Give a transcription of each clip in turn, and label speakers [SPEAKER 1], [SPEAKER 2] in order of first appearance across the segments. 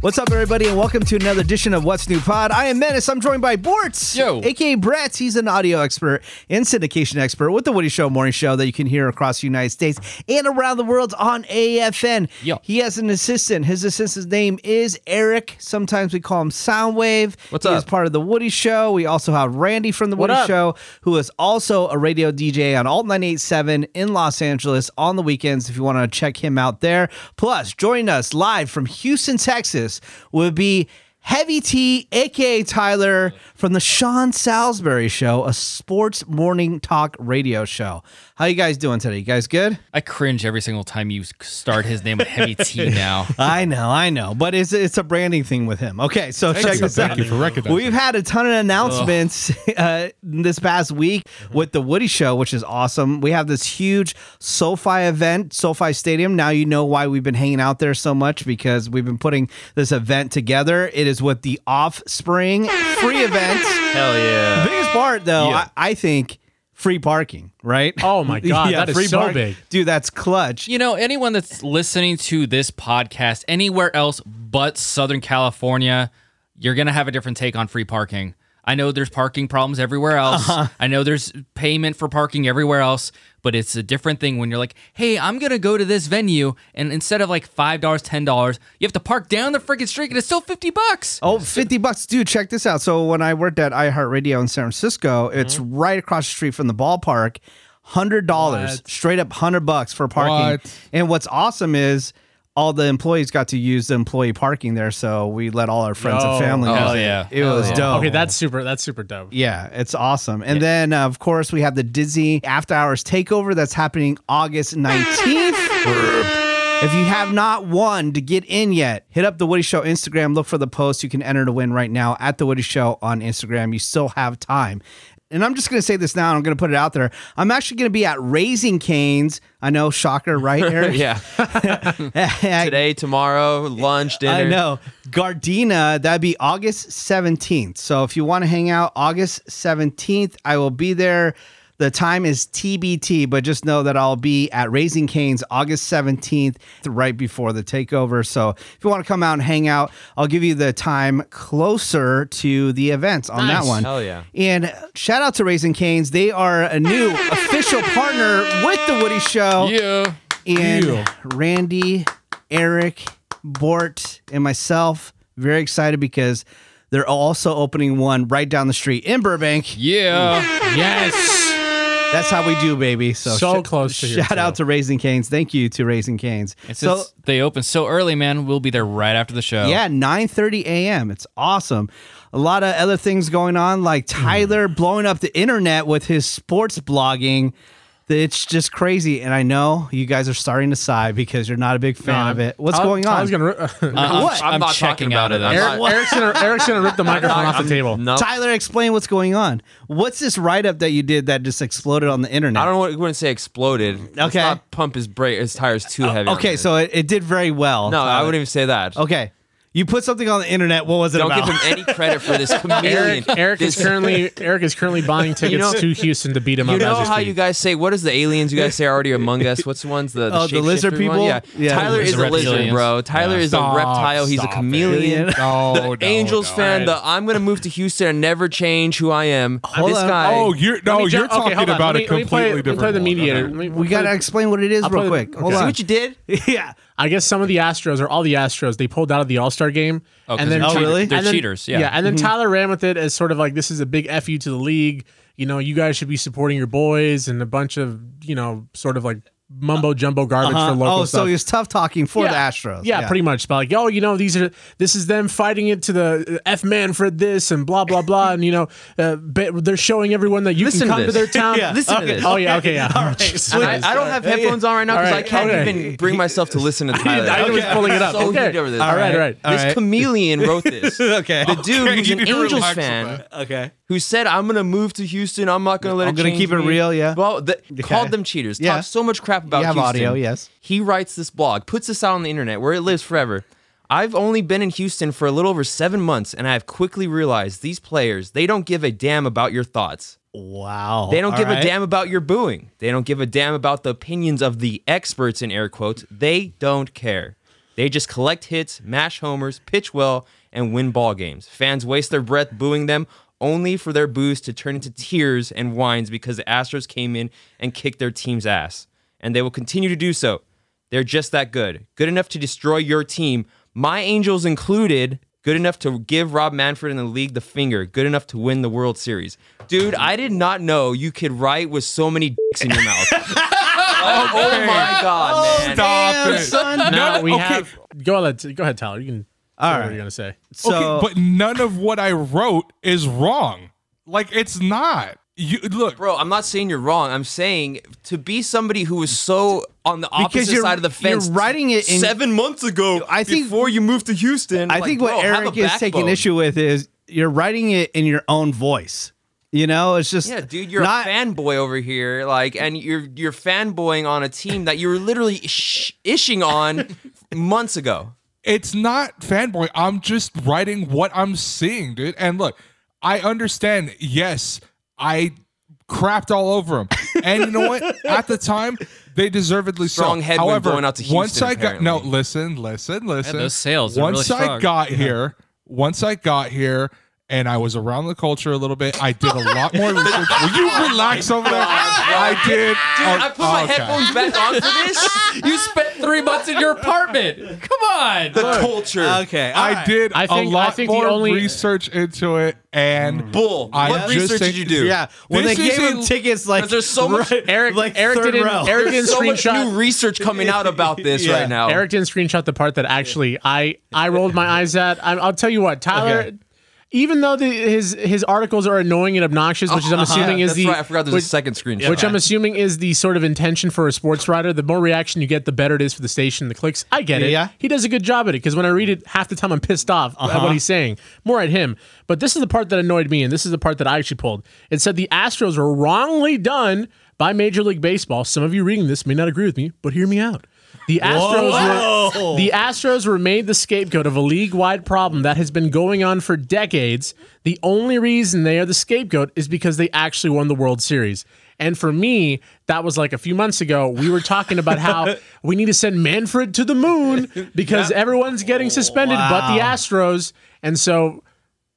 [SPEAKER 1] What's up, everybody, and welcome to another edition of What's New Pod. I am Menace. I'm joined by Bortz,
[SPEAKER 2] Yo.
[SPEAKER 1] aka Bratz. He's an audio expert and syndication expert with the Woody Show Morning Show that you can hear across the United States and around the world on AFN.
[SPEAKER 2] Yo.
[SPEAKER 1] He has an assistant. His assistant's name is Eric. Sometimes we call him Soundwave.
[SPEAKER 2] What's
[SPEAKER 1] he Is
[SPEAKER 2] up?
[SPEAKER 1] part of the Woody Show. We also have Randy from the
[SPEAKER 2] What
[SPEAKER 1] Woody
[SPEAKER 2] up?
[SPEAKER 1] Show, who is also a radio DJ on Alt 987 in Los Angeles on the weekends if you want to check him out there. Plus, join us live from Houston, Texas would be Heavy T, aka Tyler, from the Sean Salisbury Show, a sports morning talk radio show. How you guys doing today? You guys good?
[SPEAKER 2] I cringe every single time you start his name with heavy T now.
[SPEAKER 1] I know, I know, but it's it's a branding thing with him. Okay, so check
[SPEAKER 3] you.
[SPEAKER 1] this
[SPEAKER 3] Thank
[SPEAKER 1] out.
[SPEAKER 3] you for recognizing
[SPEAKER 1] We've had a ton of announcements uh, this past week with the Woody Show, which is awesome. We have this huge SoFi event, SoFi Stadium. Now you know why we've been hanging out there so much because we've been putting this event together. It is with the Offspring free event.
[SPEAKER 4] Hell yeah.
[SPEAKER 1] The biggest part, though,
[SPEAKER 2] Yeah.
[SPEAKER 1] I, I think, free parking. Right?
[SPEAKER 3] Oh my God, that is so big.
[SPEAKER 1] dude. That's clutch.
[SPEAKER 2] You know, anyone that's listening to this podcast anywhere else but Southern California, you're going to have a different take on free parking. I know there's parking problems everywhere else.
[SPEAKER 1] Uh-huh.
[SPEAKER 2] I know there's payment for parking everywhere else, but it's a different thing when you're like, hey, I'm going to go to this venue, and instead of like $5, $10, you have to park down the freaking street, and it's still 50 bucks.
[SPEAKER 1] Oh, 50 bucks. Dude, check this out. So when I worked at iHeartRadio in San Francisco, it's
[SPEAKER 3] Mm-hmm.
[SPEAKER 1] right across the street from the ballpark. Hundred dollars, straight up hundred bucks for parking.
[SPEAKER 3] What?
[SPEAKER 1] And what's awesome is all the employees got to use the employee parking there, so we let all our friends and
[SPEAKER 3] Yo. Oh,
[SPEAKER 1] family.
[SPEAKER 2] Hell
[SPEAKER 1] use it.
[SPEAKER 2] yeah.
[SPEAKER 1] it was dope.
[SPEAKER 3] Okay, that's super. That's super dope.
[SPEAKER 1] Yeah, it's awesome. And then, uh, of course, we have the Disney After Hours Takeover that's happening August 19th. If you have not won to get in yet, hit up the Woody Show Instagram. Look for the post. You can enter to win right now at the Woody Show on Instagram. You still have time. And I'm just going to say this now. and I'm going to put it out there. I'm actually going to be at Raising Canes. I know, shocker, right, Eric?
[SPEAKER 4] Yeah. Today, tomorrow, lunch, dinner.
[SPEAKER 1] I know. Gardena, that'd be August 17th. So if you want to hang out August 17th, I will be there. The time is TBT, but just know that I'll be at Raising Canes August 17th, right before the takeover. So if you want to come out and hang out, I'll give you the time closer to the events on that one.
[SPEAKER 4] Hell yeah.
[SPEAKER 1] And shout out to Raising Canes. They are a new official partner with The Woody Show
[SPEAKER 2] Yeah.
[SPEAKER 1] and
[SPEAKER 3] Ew.
[SPEAKER 1] Randy, Eric, Bort, and myself. Very excited because they're also opening one right down the street in Burbank.
[SPEAKER 2] Yeah.
[SPEAKER 3] Yes.
[SPEAKER 1] That's how we do, baby. So,
[SPEAKER 3] So close to here,
[SPEAKER 1] Shout out to Raising Canes. Thank you to Raising Canes.
[SPEAKER 2] And
[SPEAKER 1] so
[SPEAKER 2] since they open so early, man, we'll be there right after the
[SPEAKER 3] oh.
[SPEAKER 2] show.
[SPEAKER 1] yeah, 9:30 a.m. It's awesome. A lot of other things going on, like
[SPEAKER 3] Hmm.
[SPEAKER 1] Tyler blowing up the internet with his sports blogging. It's just crazy, and I know you guys are starting to sigh because you're not a big fan of it. What's
[SPEAKER 3] I-
[SPEAKER 1] going on?
[SPEAKER 3] I was gonna. ri-
[SPEAKER 2] I'm-
[SPEAKER 1] What?
[SPEAKER 2] I'm,
[SPEAKER 4] I'm not
[SPEAKER 2] checking
[SPEAKER 4] talking
[SPEAKER 2] out
[SPEAKER 4] about
[SPEAKER 2] of
[SPEAKER 4] it. I'm
[SPEAKER 2] this.
[SPEAKER 4] not-
[SPEAKER 3] Eric, Eric's gonna. Eric's gonna rip the microphone off the table.
[SPEAKER 4] No.
[SPEAKER 1] Tyler, explain what's going on. What's this write up that you did that just exploded on the internet?
[SPEAKER 4] I don't know what, wouldn't say exploded. Let's
[SPEAKER 1] Okay.
[SPEAKER 4] not pump his brake. His tire's too heavy. on
[SPEAKER 1] okay,
[SPEAKER 4] this.
[SPEAKER 1] so it, it did very well.
[SPEAKER 4] No, I
[SPEAKER 1] Tyler.
[SPEAKER 4] wouldn't even say that.
[SPEAKER 1] Okay, you put something on the internet. What was it
[SPEAKER 4] Don't
[SPEAKER 1] about?
[SPEAKER 4] give him any credit for this chameleon.
[SPEAKER 3] Eric, Eric is
[SPEAKER 4] this,
[SPEAKER 3] currently Eric is currently buying tickets
[SPEAKER 4] know-
[SPEAKER 3] to Houston to beat him
[SPEAKER 4] You
[SPEAKER 3] up.
[SPEAKER 4] know
[SPEAKER 3] as we
[SPEAKER 4] how
[SPEAKER 3] speak.
[SPEAKER 4] you guys say what is the aliens you guys say already among us? What's the ones the the,
[SPEAKER 1] Oh, the lizard
[SPEAKER 4] shapeshifter
[SPEAKER 1] people?
[SPEAKER 4] One? Yeah.
[SPEAKER 1] Yeah.
[SPEAKER 4] Tyler
[SPEAKER 1] He's
[SPEAKER 4] is
[SPEAKER 2] a
[SPEAKER 4] a lizard,
[SPEAKER 2] reptilian.
[SPEAKER 4] bro. Tyler is a
[SPEAKER 3] Stop,
[SPEAKER 4] reptile. He's a
[SPEAKER 3] stop it. Oh,
[SPEAKER 4] chameleon.
[SPEAKER 3] No, no,
[SPEAKER 4] Angels
[SPEAKER 3] no.
[SPEAKER 4] fan. The
[SPEAKER 3] Alright.
[SPEAKER 4] I'm gonna move to Houston and never change who I am.
[SPEAKER 1] Hold
[SPEAKER 4] this
[SPEAKER 1] on.
[SPEAKER 4] guy.
[SPEAKER 5] Oh, you're no,
[SPEAKER 3] Let me ju-
[SPEAKER 5] you're
[SPEAKER 3] okay,
[SPEAKER 5] talking
[SPEAKER 3] hold on.
[SPEAKER 5] about
[SPEAKER 3] Let
[SPEAKER 5] a
[SPEAKER 3] me- let me
[SPEAKER 5] completely
[SPEAKER 3] play- let me
[SPEAKER 5] different.
[SPEAKER 3] play the
[SPEAKER 5] one.
[SPEAKER 3] mediator.
[SPEAKER 5] Okay.
[SPEAKER 3] Let me- let me
[SPEAKER 1] we gotta
[SPEAKER 3] play-
[SPEAKER 1] explain what it is
[SPEAKER 3] I'll
[SPEAKER 1] real
[SPEAKER 3] play the-
[SPEAKER 1] quick. Hold
[SPEAKER 4] See
[SPEAKER 1] on.
[SPEAKER 4] what you did?
[SPEAKER 1] yeah.
[SPEAKER 3] I guess some of the Astros or all the Astros they pulled out of the All Star game.
[SPEAKER 2] Oh, 'cause
[SPEAKER 3] and then
[SPEAKER 2] they're
[SPEAKER 1] Oh,
[SPEAKER 2] cheaters.
[SPEAKER 1] really?
[SPEAKER 2] They're
[SPEAKER 3] Eh, and then-
[SPEAKER 2] cheaters. Yeah.
[SPEAKER 3] and then Tyler ran with it as sort of like this is a big f you to the league. You know, you guys should be supporting your boys and a bunch of you know sort of like mumbo jumbo garbage for local
[SPEAKER 1] Oh,
[SPEAKER 3] stuff.
[SPEAKER 1] so it's tough talking for
[SPEAKER 3] Yeah.
[SPEAKER 1] the Astros.
[SPEAKER 3] Yeah, pretty much. But like, oh, you know, these are this is them fighting it to the uh, F man for this and blah blah blah, and you know, uh, but they're showing everyone that you can
[SPEAKER 4] Listen to
[SPEAKER 3] come to,
[SPEAKER 4] this.
[SPEAKER 3] their town.
[SPEAKER 1] Yeah.
[SPEAKER 4] Listen to this.
[SPEAKER 3] Oh yeah, okay, yeah.
[SPEAKER 1] All right.
[SPEAKER 3] Jesus.
[SPEAKER 4] And I, I don't have headphones on right now because
[SPEAKER 3] All
[SPEAKER 4] I
[SPEAKER 3] right,
[SPEAKER 4] can't
[SPEAKER 3] okay.
[SPEAKER 4] even bring myself to listen to Tyler.
[SPEAKER 3] I was
[SPEAKER 4] I'm
[SPEAKER 3] pulling it up.
[SPEAKER 4] So
[SPEAKER 3] Okay.
[SPEAKER 4] heated over this.
[SPEAKER 3] All right, all right.
[SPEAKER 4] This chameleon wrote this.
[SPEAKER 1] Okay.
[SPEAKER 4] The dude
[SPEAKER 5] Okay,
[SPEAKER 4] who's
[SPEAKER 5] you
[SPEAKER 4] an
[SPEAKER 5] need to
[SPEAKER 4] Angels
[SPEAKER 5] relax with
[SPEAKER 4] fan
[SPEAKER 5] that.
[SPEAKER 1] Okay.
[SPEAKER 4] who said, "I'm gonna move to Houston. I'm not gonna let
[SPEAKER 1] I'm
[SPEAKER 4] it
[SPEAKER 1] gonna
[SPEAKER 4] change
[SPEAKER 1] keep it
[SPEAKER 4] me."
[SPEAKER 1] real, yeah.
[SPEAKER 4] Well, th- called them cheaters.
[SPEAKER 1] Yeah.
[SPEAKER 4] Talked so much crap about
[SPEAKER 1] You have
[SPEAKER 4] Houston.
[SPEAKER 1] audio, yes.
[SPEAKER 4] He writes this blog, puts this out on the internet where it lives forever. I've only been in Houston for a little over seven months, and I have quickly realized these players, they don't give a damn about your thoughts.
[SPEAKER 1] Wow.
[SPEAKER 4] They don't
[SPEAKER 1] All
[SPEAKER 4] give
[SPEAKER 1] right.
[SPEAKER 4] a damn about your booing. They don't give a damn about the opinions of the experts in air quotes. They don't care. They just collect hits, mash homers, pitch well, and win ball games. Fans waste their breath booing them only for their boos to turn into tears and whines because the Astros came in and kicked their team's ass. And they will continue to do so. They're just that good. Good enough to destroy your team, my Angels included. Good enough to give Rob Manfred and the league the finger. Good enough to win the World Series. Dude, I did not know you could write with so many dicks in your mouth. oh, oh my
[SPEAKER 1] Oh,
[SPEAKER 4] God, man.
[SPEAKER 1] Damn, son.
[SPEAKER 3] Now we
[SPEAKER 5] okay.
[SPEAKER 3] have. Go ahead, go ahead, Tyler. You can.
[SPEAKER 1] All
[SPEAKER 3] say
[SPEAKER 1] right.
[SPEAKER 3] What you're gonna say?
[SPEAKER 1] So,
[SPEAKER 5] okay, but none of what I wrote is wrong. Like it's not. You look.
[SPEAKER 4] Bro, I'm not saying you're wrong. I'm saying to be somebody who was so on the opposite
[SPEAKER 1] you're-
[SPEAKER 4] side of the fence.
[SPEAKER 1] you're writing it in-
[SPEAKER 4] seven months ago.
[SPEAKER 1] I think-
[SPEAKER 4] before you moved to Houston.
[SPEAKER 1] I
[SPEAKER 4] Like,
[SPEAKER 1] think what
[SPEAKER 4] bro, have
[SPEAKER 1] Eric
[SPEAKER 4] a
[SPEAKER 1] is taking
[SPEAKER 4] backbone.
[SPEAKER 1] issue with is you're writing it in your own voice. You know, it's just
[SPEAKER 4] Yeah, dude, you're
[SPEAKER 1] not-
[SPEAKER 4] a fanboy over here, like, and you're you're fanboying on a team that you were literally ish- ishing on months ago.
[SPEAKER 5] it's not fanboy. I'm just writing what I'm seeing, dude. And look, I understand. Yes, I crapped all over him. And you know what? At the time, they deservedly
[SPEAKER 4] Strong
[SPEAKER 5] so.
[SPEAKER 4] headwind
[SPEAKER 5] However,
[SPEAKER 4] going out to Houston,
[SPEAKER 5] once I got no,
[SPEAKER 4] apparently.
[SPEAKER 5] listen, listen, listen.
[SPEAKER 2] those sales are
[SPEAKER 5] Once
[SPEAKER 2] really
[SPEAKER 5] I
[SPEAKER 2] strong.
[SPEAKER 5] got here, once I got here. And I was around the culture a little bit. I did a lot more research. Will you relax over there? I did.
[SPEAKER 4] Oh Dude, I put my
[SPEAKER 5] Oh, okay.
[SPEAKER 4] headphones back on for this.
[SPEAKER 2] You spent three months in your apartment. Come on.
[SPEAKER 4] The culture,
[SPEAKER 1] okay. all
[SPEAKER 5] I
[SPEAKER 1] right.
[SPEAKER 5] did
[SPEAKER 3] I think-
[SPEAKER 5] a
[SPEAKER 3] I
[SPEAKER 5] lot
[SPEAKER 3] think the
[SPEAKER 5] more
[SPEAKER 3] only-
[SPEAKER 5] research into it, and
[SPEAKER 4] bull.
[SPEAKER 5] I
[SPEAKER 4] what
[SPEAKER 5] just
[SPEAKER 4] research
[SPEAKER 5] think-
[SPEAKER 4] did you do?
[SPEAKER 1] Yeah, when
[SPEAKER 5] This
[SPEAKER 1] they
[SPEAKER 5] is
[SPEAKER 1] gave him
[SPEAKER 5] a-
[SPEAKER 1] tickets, like
[SPEAKER 4] 'Cause there's so much-
[SPEAKER 3] Eric-
[SPEAKER 1] like
[SPEAKER 3] Eric
[SPEAKER 1] third
[SPEAKER 3] didn't-
[SPEAKER 1] row.
[SPEAKER 3] Eric-
[SPEAKER 4] There's so much
[SPEAKER 3] Screenshot.
[SPEAKER 4] new research coming out about this
[SPEAKER 1] Yeah.
[SPEAKER 4] right now.
[SPEAKER 3] Eric didn't screenshot the part that actually I I rolled my eyes at. I, I'll tell you what, Tyler.
[SPEAKER 1] Okay.
[SPEAKER 3] Even though the, his his articles are annoying and obnoxious, which is I'm assuming
[SPEAKER 4] Oh, Yeah,
[SPEAKER 3] is
[SPEAKER 4] that's
[SPEAKER 3] the
[SPEAKER 4] right. I forgot there's
[SPEAKER 3] which,
[SPEAKER 4] a second screenshot.
[SPEAKER 3] which I'm assuming is the sort of intention for a sports writer. The more reaction you get, the better it is for the station, the clicks. I get it.
[SPEAKER 1] Yeah.
[SPEAKER 3] He does a good job at it because when I read it, half the time I'm pissed off
[SPEAKER 4] Uh-huh.
[SPEAKER 3] at what he's saying. More at him. But this is the part that annoyed me, and this is the part that I actually pulled. It said the Astros were wrongly done by Major League Baseball. Some of you reading this may not agree with me, but hear me out. The Astros were the Astros were made the scapegoat of a league-wide problem that has been going on for decades. The only reason they are the scapegoat is because they actually won the World Series. And for me, that was like a few months ago. We were talking about how we need to send Manfred to the moon because everyone's getting suspended but the Astros. And so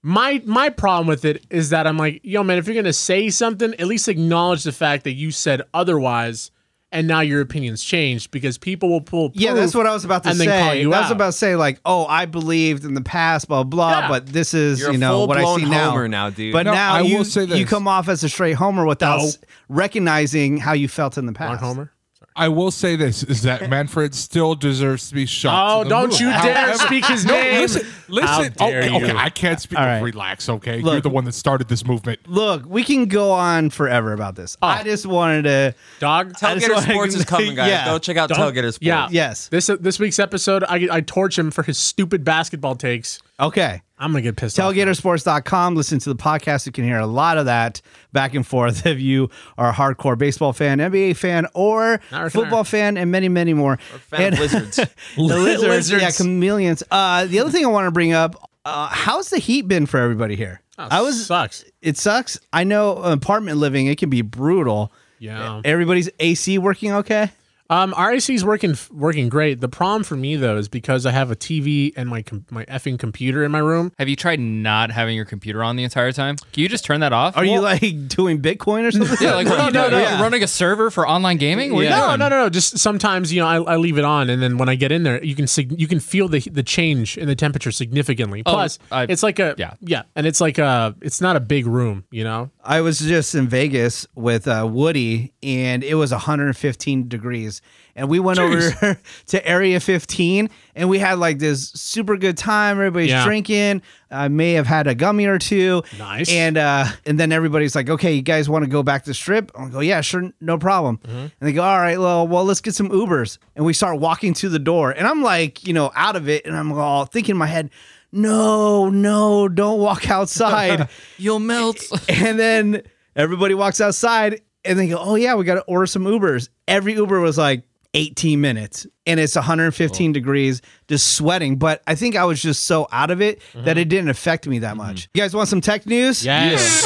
[SPEAKER 3] my my problem with it is that I'm like, yo, man, if you're gonna say something, at least acknowledge the fact that you said otherwise, and now your opinion's changed because people will pull.
[SPEAKER 1] Yeah, that's
[SPEAKER 3] proof
[SPEAKER 1] what I was about to
[SPEAKER 3] and
[SPEAKER 1] say.
[SPEAKER 3] Then call you
[SPEAKER 1] I
[SPEAKER 3] out.
[SPEAKER 1] was about to say like, oh, I believed in the past, blah blah,
[SPEAKER 3] Yeah.
[SPEAKER 1] but this is
[SPEAKER 4] You're a
[SPEAKER 1] you know what I
[SPEAKER 4] full-blown
[SPEAKER 1] see now.
[SPEAKER 4] homer now, dude.
[SPEAKER 1] But
[SPEAKER 5] No,
[SPEAKER 1] now
[SPEAKER 5] I
[SPEAKER 1] you,
[SPEAKER 5] will say
[SPEAKER 1] you
[SPEAKER 5] this.
[SPEAKER 1] come off as a straight homer without
[SPEAKER 3] No.
[SPEAKER 1] s- recognizing how you felt in the
[SPEAKER 3] on
[SPEAKER 1] past.
[SPEAKER 3] Homer.
[SPEAKER 5] I will say this: is that Manfred still deserves to be shot. to
[SPEAKER 3] Oh,
[SPEAKER 5] the
[SPEAKER 3] don't
[SPEAKER 5] moon.
[SPEAKER 3] you dare
[SPEAKER 5] However-
[SPEAKER 3] speak his
[SPEAKER 5] no,
[SPEAKER 3] name.
[SPEAKER 5] Listen, listen.
[SPEAKER 3] How dare
[SPEAKER 5] okay, okay,
[SPEAKER 3] you.
[SPEAKER 5] I can't speak.
[SPEAKER 1] All right.
[SPEAKER 5] Relax, okay. You're
[SPEAKER 1] Look.
[SPEAKER 5] the one that started this movement.
[SPEAKER 1] Look, we can go on forever about this. I just wanted to.
[SPEAKER 3] Dog.
[SPEAKER 1] I just
[SPEAKER 4] Tailgater
[SPEAKER 1] wanna-
[SPEAKER 4] Sports is coming, guys.
[SPEAKER 1] Yeah.
[SPEAKER 4] Go check out
[SPEAKER 3] Don't-
[SPEAKER 4] Tailgater Sports.
[SPEAKER 3] Yeah.
[SPEAKER 1] Yes.
[SPEAKER 3] This this week's episode, I I torch him for his stupid basketball takes.
[SPEAKER 1] Okay.
[SPEAKER 3] I'm gonna get pissed off.
[SPEAKER 1] Tailgatersports.com. Listen to the podcast. You can hear a lot of that back and forth if you are a hardcore baseball fan, NBA fan, or
[SPEAKER 3] Not
[SPEAKER 1] football fan, and many, many more. And-
[SPEAKER 4] Fan of lizards.
[SPEAKER 1] the lizards,
[SPEAKER 3] Lizards.
[SPEAKER 1] yeah, chameleons. Uh, the other thing I want to bring up: uh, how's the heat been for everybody here?
[SPEAKER 3] Oh,
[SPEAKER 1] I was.
[SPEAKER 3] sucks.
[SPEAKER 1] It sucks. I know apartment living; it can be brutal.
[SPEAKER 3] Yeah.
[SPEAKER 1] Everybody's AC working okay.
[SPEAKER 3] Um, RAC is working working great. The problem for me though is because I have a TV and my com- my effing computer in my room.
[SPEAKER 2] Have you tried not having your computer on the entire time? Can you just turn that off?
[SPEAKER 1] Are you like doing Bitcoin or something?
[SPEAKER 2] Yeah, like what are you doing? Are you running a server for online gaming? What are you
[SPEAKER 3] No,
[SPEAKER 2] doing?
[SPEAKER 3] no, no, no. Just sometimes, you know, I, I leave it on, and then when I get in there, you can sig- you can feel the the change in the temperature significantly. Plus,
[SPEAKER 2] I-
[SPEAKER 3] it's like a
[SPEAKER 2] yeah.
[SPEAKER 3] yeah, and it's like a it's not a big room, you know.
[SPEAKER 1] I was just in Vegas with uh, Woody, and it was 115 degrees. And we went over to Area 15, and we had like this super good time. Everybody's
[SPEAKER 3] Yeah.
[SPEAKER 1] drinking. I may have had a gummy or two.
[SPEAKER 3] Nice.
[SPEAKER 1] And uh, and then everybody's like, "Okay, you guys want to go back to strip?" I go, "Yeah, sure, no problem."
[SPEAKER 3] Mm-hmm.
[SPEAKER 1] And they go, "All right, well, well, let's get some Ubers." And we start walking to the door, and I'm like, you know, out of it, and I'm all thinking in my head. No, no, don't walk outside.
[SPEAKER 2] You'll melt.
[SPEAKER 1] and then everybody walks outside and they go, "Oh yeah, we got to order some Ubers." Every Uber was like 18 minutes and it's 115 degrees, just sweating, but I think I was just so out of it that it didn't affect me that much. You guys want some tech news?
[SPEAKER 3] Yes.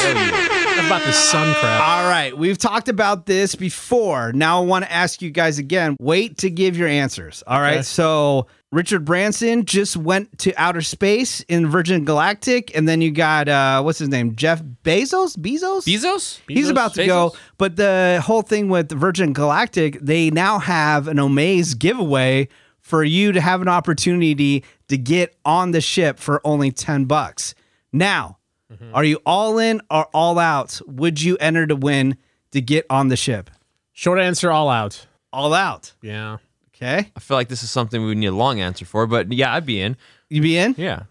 [SPEAKER 3] about the sun crap.
[SPEAKER 1] All right, we've talked about this before. Now I want to ask you guys again. Wait to give your answers. All right.
[SPEAKER 3] Okay.
[SPEAKER 1] So Richard Branson just went to outer space in Virgin Galactic, and then you got uh, what's his name, Jeff Bezos. Bezos.
[SPEAKER 2] Bezos?
[SPEAKER 1] He's
[SPEAKER 3] Bezos?
[SPEAKER 1] about to go.
[SPEAKER 2] Bezos?
[SPEAKER 1] But the whole thing with Virgin Galactic, they now have an Omaze giveaway for you to have an opportunity to get on the ship for only 10 bucks. Now, are you all in or all out? Would you enter to win to get on the ship?
[SPEAKER 3] Short answer, all out.
[SPEAKER 1] All out.
[SPEAKER 3] Yeah.
[SPEAKER 1] Okay.
[SPEAKER 4] I feel like this is something we would need a long answer for, but yeah, I'd be in.
[SPEAKER 1] You be in?
[SPEAKER 4] Yeah.